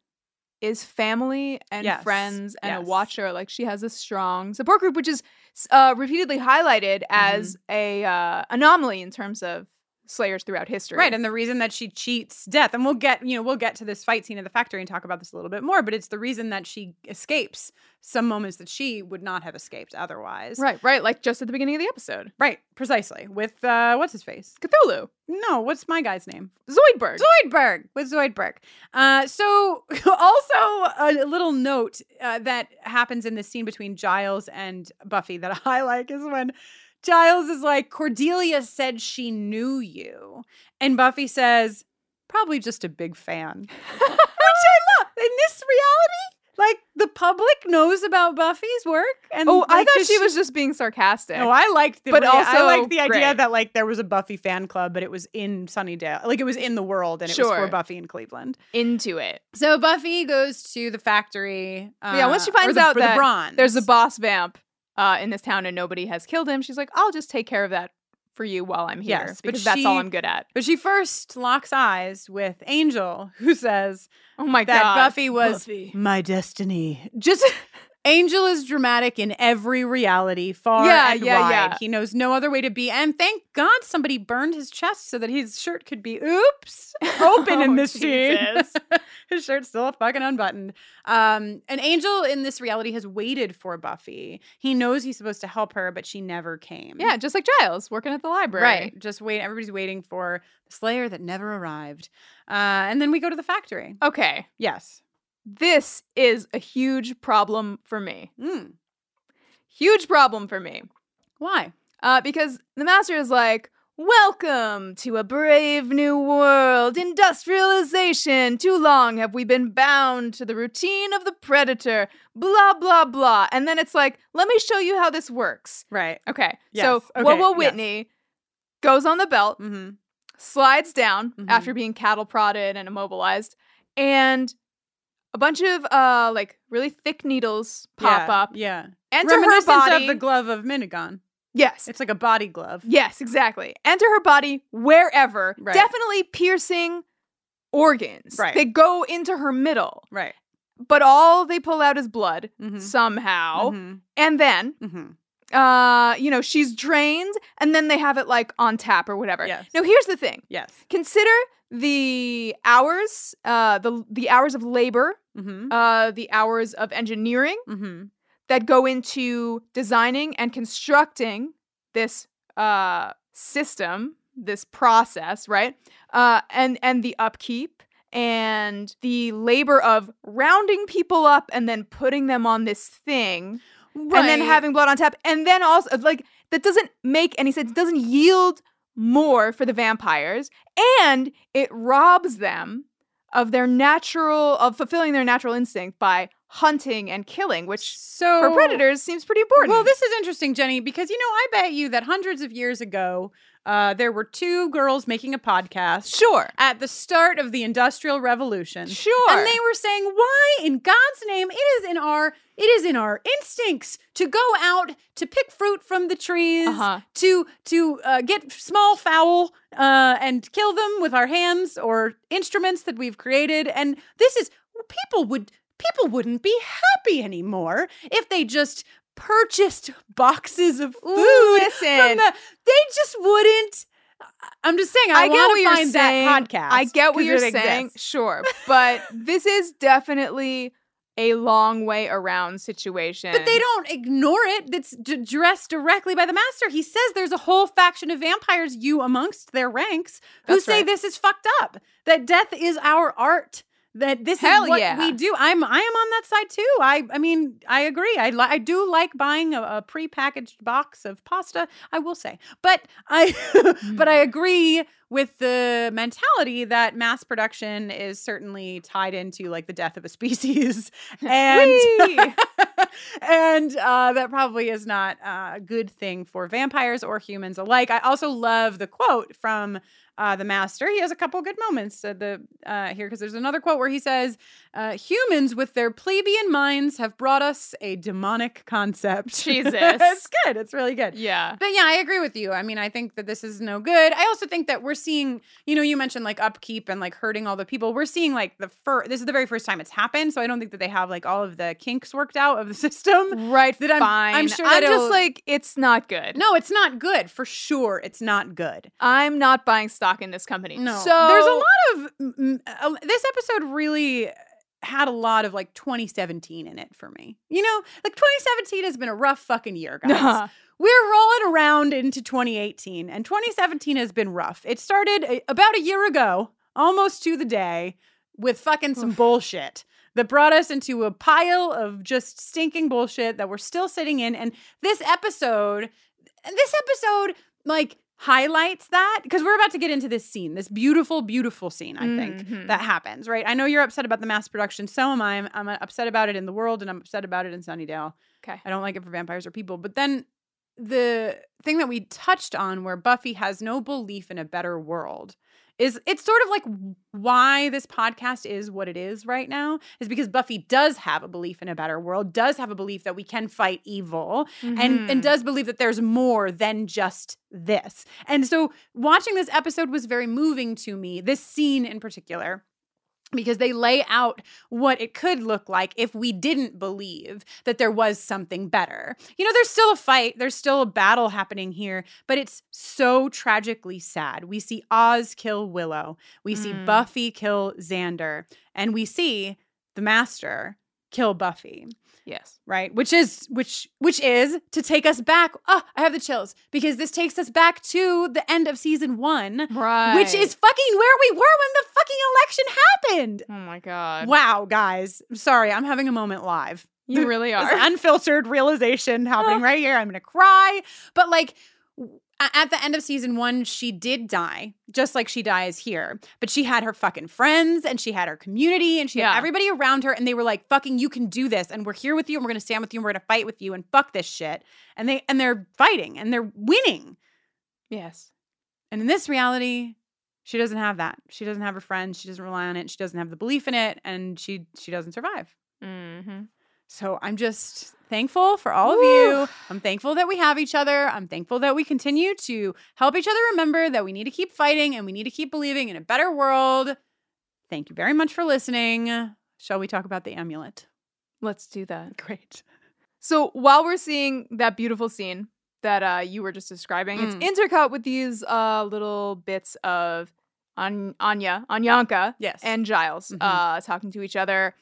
is family and
Yes,
friends and a
yes.
watcher. Like she has a strong support group, which is s- uh, repeatedly highlighted as
Mm-hmm.
a uh, anomaly in terms of slayers throughout history.
Right, and the reason that she cheats death, and we'll get you know we'll get to this fight scene in the factory and talk about this a little bit more, but it's the reason that she escapes some moments that she would not have escaped otherwise.
right, right. Like just at the beginning of the episode,
right, precisely. With uh, what's his face?
Cthulhu,
No, what's my guy's name?
Zoidberg.
Zoidberg with Zoidberg. Uh, so also a little note uh, that happens in the scene between Giles and Buffy that I like is when Giles is like, Cordelia said she knew you, and Buffy says, probably just a big fan, which I love in this reality. Like the public knows about Buffy's work, and
oh, I
like,
thought
does
she was just being sarcastic.
no, I liked the
But
but also I
also
liked the idea
great.
that like there was a Buffy fan club, but it was in Sunnydale, like it was in the world, and it was
Sure.
for Buffy in Cleveland.
into it.
So Buffy goes to the factory. uh,
yeah, once she finds out that
the bronze,
there's a boss vamp uh, in this town and nobody has killed him, she's like, "I'll just take care of that for you while I'm here
Yes, but
because that's all
she-
I'm good at."
But she first locks eyes with Angel, who says
Oh my
that
god,
Buffy was
Buffy.
my destiny. Just Angel is dramatic in every reality, far
Yeah,
and
yeah,
wide.
yeah.
He knows no other way to be. And thank God somebody burned his chest so that his shirt could be oops open
Oh,
in this
Jesus.
scene. his shirt's still fucking unbuttoned. Um, and Angel in this reality has waited for Buffy. He knows he's supposed to help her, but she never came.
Yeah, just like Giles working at the library.
Right. Just wait. Everybody's waiting for the Slayer that never arrived. Uh, and then we go to the factory.
Okay.
Yes.
This is a huge problem for me.
Mm.
Huge problem for me.
Why?
Uh, because the master is like, Welcome to a brave new world, industrialization. Too long have we been bound to the routine of the predator, blah, blah, blah. And then it's like, Let me show you how this works.
Right.
Okay.
Yes.
So,
Okay,
Woa
yes.
Whitney goes on the belt,
Mm-hmm.
slides down
Mhm.
after being cattle prodded and immobilized, and a bunch of uh like really thick needles pop
Yeah,
up.
Yeah.
Enter her
Reminiscent
body.
of the glove of Minigon.
Yes.
It's like a body glove.
Yes, exactly. Enter her body wherever.
Right.
Definitely piercing organs.
Right.
They go into her middle.
Right. Mm-hmm.
But all they pull out is blood somehow. And then uh, you know, she's drained and then they have it like on tap or whatever.
Yes.
Now here's the thing.
Yes.
Consider the hours, uh the the hours of labor,
Mhm.
uh the hours of engineering
Mhm.
that go into designing and constructing this uh, system, this process, right? Uh, and and the upkeep and the labor of rounding people up and then putting them on this thing, and then
Right.
having blood on tap, and then also like that doesn't make any sense. It doesn't yield more for the vampires, and it robs them of their natural of fulfilling their natural instinct by hunting and killing, which
so
for predators seems pretty important.
Oh. Well, this is interesting, Jenny, because you know, I bet you that hundreds of years ago, uh, there were two girls making a podcast.
Sure.
At the start of the Industrial Revolution.
Sure.
And they were saying, why in God's name it is in our it is in our instincts to go out to pick fruit from the trees,
Uh-huh.
to to uh, get small fowl uh, and kill them with our hands or instruments that we've created. And this is people would people wouldn't be happy anymore if they just purchased boxes of food.
listen.
from the, they just wouldn't. I'm just saying. I,
I, get
want
what
to
you're
find
saying.
that podcast.
I get what
'cause
you're
it
saying.
exists.
Sure, but this is definitely a long way around situation.
But they don't ignore it. That's d- addressed directly by the master. He says there's a whole faction of vampires, you amongst their ranks, who
That's
say
right.
this is fucked up. That death is our art. That this
Hell
is what
yeah.
we do. I'm I am on that side too. I I mean I agree. I li- I do like buying a, a prepackaged box of pasta. I will say, but I but I agree with the mentality that mass production is certainly tied into like the death of a species and and uh, that probably is not uh, a good thing for vampires or humans alike. I also love the quote from uh, the master. He has a couple good moments uh, the, uh, here because there's another quote where he says, uh, "Humans with their plebeian minds have brought us a demonic concept."
Jesus.
it's good. It's really good.
Yeah.
But yeah, I agree with you. I mean, I think that this is no good. I also think that we're seeing, you know, you mentioned like upkeep and like hurting all the people. We're seeing like the first, this is the very first time it's happened. So I don't think that they have like all of the kinks worked out of the system.
Right.
That I'm,
fine.
I'm sure
I'm
that
just
it'll-
like it's not good.
no, it's not good. For sure, it's not good.
I'm not buying stock in this company.
No.
So
there's a lot of, mm, mm, uh, this episode really had a lot of like 2017 in it for me. You know, like 2017 has been a rough fucking year, guys. We're rolling around into 2018, and 2017 has been rough. It started a- about a year ago, almost to the day, with fucking some bullshit that brought us into a pile of just stinking bullshit that we're still sitting in. And this episode, this episode, like, highlights that because we're about to get into this scene, this beautiful, beautiful scene, I think,
Mhm.
that happens, right? I know you're upset about the mass production. So am I. I'm, I'm upset about it in the world, and I'm upset about it in Sunnydale.
Okay.
I don't like it for vampires or people. But then the thing that we touched on where Buffy has no belief in a better world is it's sort of like why this podcast is what it is right now is because Buffy does have a belief in a better world, does have a belief that we can fight evil and and
Mhm.
does believe that there's more than just this. And so watching this episode was very moving to me, this scene in particular because they lay out what it could look like if we didn't believe that there was something better. You know, there's still a fight, there's still a battle happening here, but it's so tragically sad. We see Oz kill Willow, we see
Mm.
Buffy kill Xander, and we see the master kill Buffy
Mm-hmm. yes.
right which is which which is to take us back oh i have the chills because this takes us back to the end of season one
Right.
which is fucking where we were when the fucking election happened
Oh my god.
wow guys I'm sorry i'm having a moment live
You really
This
are.
unfiltered realization happening right here i'm gonna cry but like w- a- at the end of season one, she did die, just like she dies here. But she had her fucking friends and she had her community and she had
Yeah.
everybody around her. And they were like, fucking, you can do this. And we're here with you and we're going to stand with you and we're going to fight with you and fuck this shit. And they, and they're fighting and they're winning.
Yes.
And in this reality, she doesn't have that. She doesn't have her friends. She doesn't rely on it. She doesn't have the belief in it. And she, she doesn't survive.
Mm-hmm.
So I'm just thankful for
Woo.
all of you. I'm thankful that we have each other. I'm thankful that we continue to help each other remember that we need to keep fighting and we need to keep believing in a better world. Thank you very much for listening. Shall we talk about the amulet?
Let's do that.
Great.
So while we're seeing that beautiful scene that uh, you were just describing,
Mm.
it's intercut with these uh, little bits of An- Anya, Anyanka,
Yes.
and Giles
Mhm.
uh, talking to each other.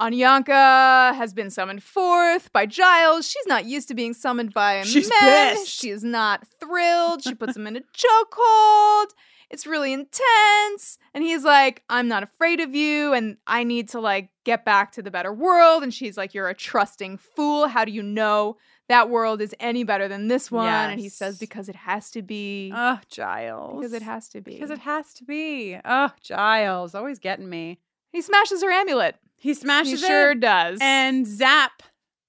Anyanka has been summoned forth by Giles. She's not used to being summoned by a
She's
man.
pissed.
She is not thrilled. She puts him in a chokehold. It's really intense. And he's like, I'm not afraid of you. And I need to like get back to the better world. And she's like, You're a trusting fool. How do you know that world is any better than this one? And he says,
Yes.
Because it has to be.
Oh, Giles.
because it has to be.
Because it has to be. Oh, Giles, always getting me.
he smashes her amulet.
He smashes
He
it.
sure does.
And zap,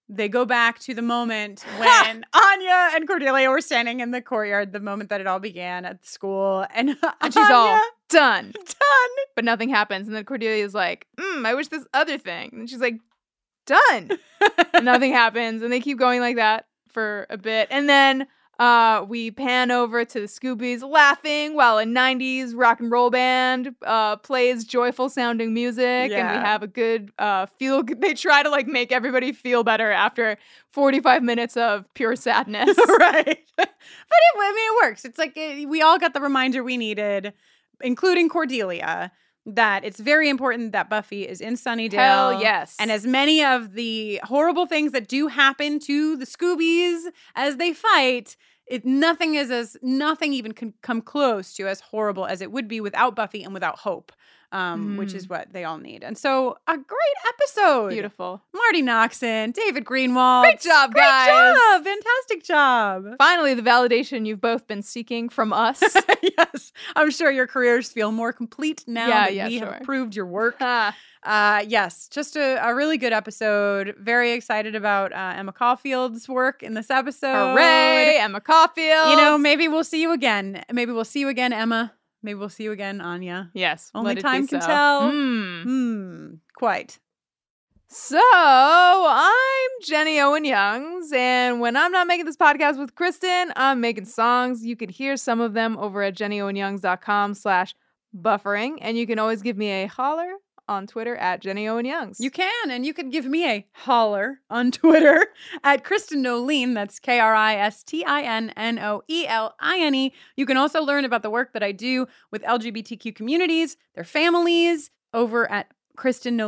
they go back to the moment when Anya and Cordelia were standing in the courtyard, the moment that it all began at the school. And,
and she's all
Anya,
done.
done.
But nothing happens. And then Cordelia's like, mm, I wish this other thing. And she's like, done. and nothing happens. And they keep going like that for a bit. And then uh, we pan over to the Scoobies laughing while a 90s rock and roll band uh, plays joyful sounding music. And
Yeah.
we have a good uh, feel. They try to like make everybody feel better after 45 minutes of pure sadness.
right. but it, I mean, it works. It's like eh, we all got the reminder we needed, including Cordelia, that it's very important that Buffy is in Sunnydale.
Hell yes.
And as many of the horrible things that do happen to the Scoobies as they fight, it nothing is as nothing even can come close to as horrible as it would be without Buffy and without Hope, um, which
Mm.
is what they all need. And so, a great episode.
beautiful.
Marty Noxon, David Greenwald.
Great job,
Great
guys.
job. Fantastic job.
Finally, the validation you've both been seeking from us.
yes. I'm sure your careers feel more complete now
Yeah,
that
yeah,
we
sure.
have proved your work.
Ah.
Uh, yes, just a, a really good episode. Very excited about uh, Emma Caulfield's work in this episode.
Hooray, Emma Caulfield.
You know, maybe we'll see you again. Maybe we'll see you again, Emma. Maybe we'll see you again, Anya.
yes,
Only
let it be
time can
so.
tell.
Mm.
Hmm, quite.
So I'm Jenny Owen Youngs, and when I'm not making this podcast with Kristen, I'm making songs. You can hear some of them over at jennyowenyoungs.com slash buffering, and you can always give me a holler on Twitter at Jenny Owen Youngs.
You can, and you could give me a holler on Twitter at Kristen Noline. That's K R I S T I N N O E L I N E. You can also learn about the work that I do with LGBTQ communities, their families, over at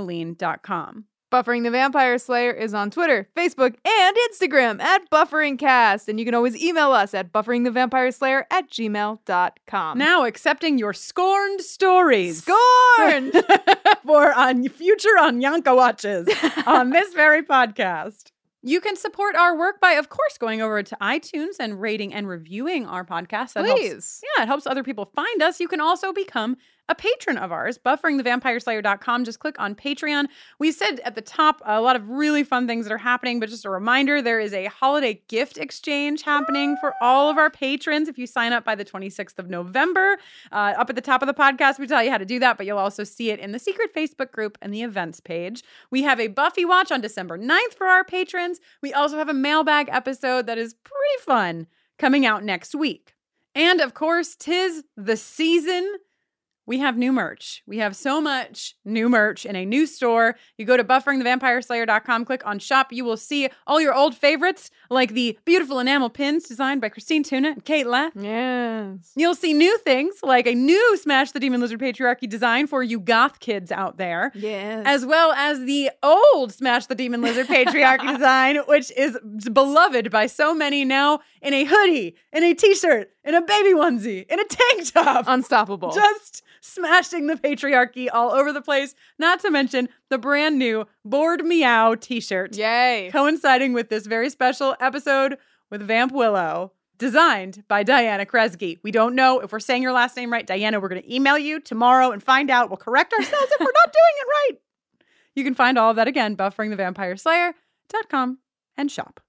KristenNoline.com.
Buffering the Vampire Slayer is on Twitter, Facebook, and Instagram at BufferingCast, and you can always email us at bufferingthevampireslayer at gmail.com.
Now accepting your scorned stories.
scorned!
for on future on Yanka watches on this very podcast. You can support our work by, of course, going over to iTunes and rating and reviewing our podcast. That helps-
Please.
yeah, it helps other people find us. You can also become a patron of ours, bufferingthevampireslayer.com. Just click on Patreon. We said at the top a lot of really fun things that are happening, but just a reminder there is a holiday gift exchange happening for all of our patrons if you sign up by the 26th of November. Uh, up at the top of the podcast, we tell you how to do that, but you'll also see it in the secret Facebook group and the events page. We have a Buffy watch on December 9th for our patrons. We also have a mailbag episode that is pretty fun coming out next week. And of course, tis the season. We have new merch. We have so much new merch in a new store. You go to bufferingthevampireslayer.com, click on shop. You will see all your old favorites, like the beautiful enamel pins designed by Christine Tuna and Kate Lath.
Yes.
You'll see new things like a new Smash the Demon Lizard Patriarchy design for you goth kids out there,
Yes.
as well as the old Smash the Demon Lizard Patriarchy design, which is beloved by so many now in a hoodie, in a t shirt, in a baby onesie, in a tank top.
Unstoppable.
Just smashing the patriarchy all over the place, not to mention the brand new Bored Meow t shirt
Yay.
coinciding with this very special episode with Vamp Willow, designed by Diana Kresge. We don't know if we're saying your last name right, Diana. We're going to email you tomorrow and find out. We'll correct ourselves if we're not doing it right. You can find all of that again, bufferingthevampireslayer.com and shop.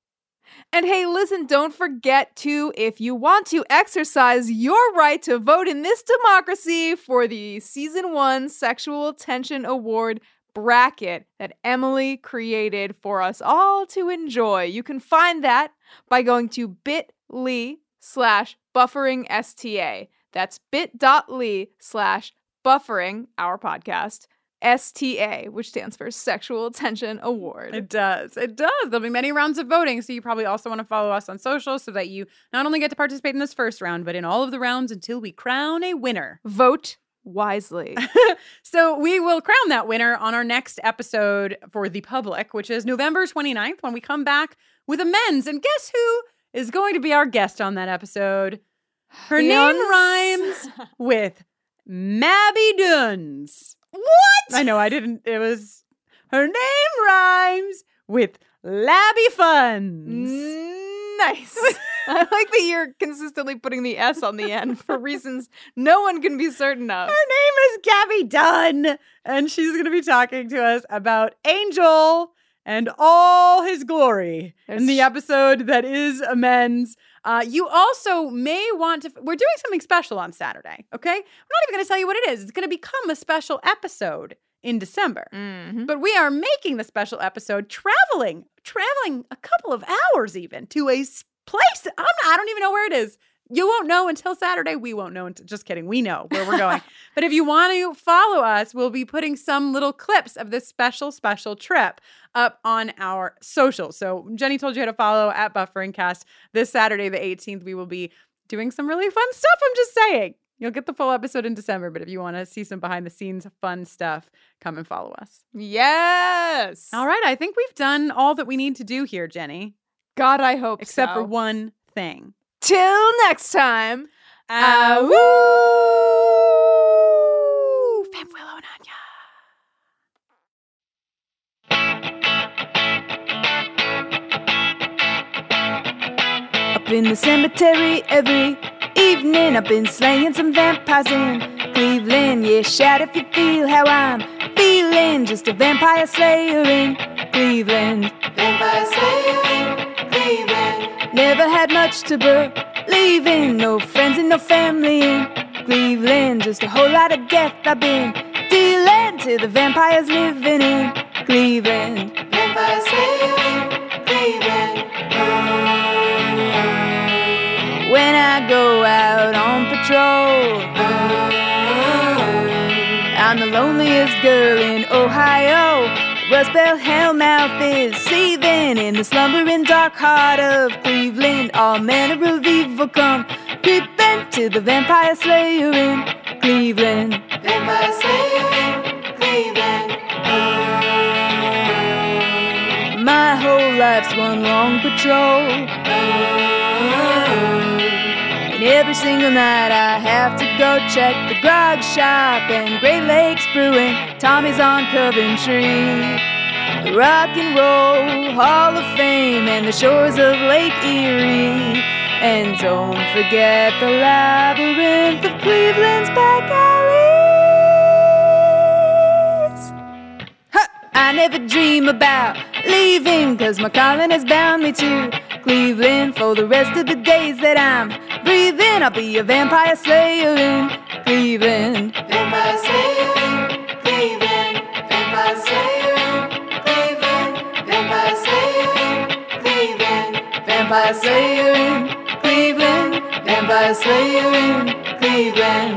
And hey, listen, don't forget to, if you want to, exercise your right to vote in this democracy for the Season 1 Sexual Tension Award bracket that Emily created for us all to enjoy. You can find that by going to bit.ly slash buffering STA. That's bit.ly slash buffering our podcast. STA, which stands for Sexual Attention Award.
It does. It does. There'll be many rounds of voting, so you probably also want to follow us on social so that you not only get to participate in this first round, but in all of the rounds until we crown a winner.
Vote wisely.
so we will crown that winner on our next episode for the public, which is November 29th when we come back with amends. And guess who is going to be our guest on that episode? Her name
Yes.
rhymes with Mabby Duns.
What?
I know I didn't. It was her name rhymes with Labby Funds.
Nice. I like that you're consistently putting the S on the end for reasons no one can be certain of.
Her name is Gabby Dunn, and she's going to be talking to us about Angel and all his glory in the episode that is amends. Uh, you also may want to. We're doing something special on Saturday, okay? I'm not even going to tell you what it is. It's going to become a special episode in December.
Mm-hmm.
But we are making the special episode traveling, traveling a couple of hours even to a s- place. I'm, I don't even know where it is. You won't know until Saturday. We won't know. Until, just kidding. We know where we're going. but if you want to follow us, we'll be putting some little clips of this special, special trip up on our social. So Jenny told you how to follow at BufferingCast. This Saturday, the 18th, we will be doing some really fun stuff. I'm just saying. You'll get the full episode in December, but if you want to see some behind the scenes fun stuff, come and follow us.
Yes.
All right. I think we've done all that we need to do here, Jenny.
God, I hope
Except
so.
for one thing.
Till next time.
Ah,
woo! Fem Willow and Anya. Up in the cemetery every evening, I've been slaying some vampires in Cleveland. Yeah, shout if you feel how I'm feeling. Just a vampire slayer in Cleveland. Vampire slayer in Cleveland. Never had much to believe in, no friends and no family in Cleveland. Just a whole lot of death I've been dealing to the vampires living in Cleveland. Vampire slayer in Cleveland. When I go out on patrol, I'm the loneliest girl in Ohio. The Rust Belt Hellmouth is seething in the slumbering dark heart of Cleveland. All manner of evil come creeping to the vampire slayer in Cleveland. Vampire slayer in Cleveland. My whole life's one long patrol. And every single night I have to go check the grog shop and Great Lakes Brewing. Tommy's on Coventry. The Rock and Roll Hall of Fame and the shores of Lake Erie. And don't forget the labyrinth of Cleveland's back alleys. Huh! I never dream about leaving, cause my calling has bound me to Cleveland for the rest of the days that I'm breathing. I'll be a vampire slayer in Cleveland. Vampire slayer in Cleveland. Vampire slayer in Cleveland. Vampire slayer in Cleveland. Vampire slayer in Cleveland. Vampire slayer in Cleveland.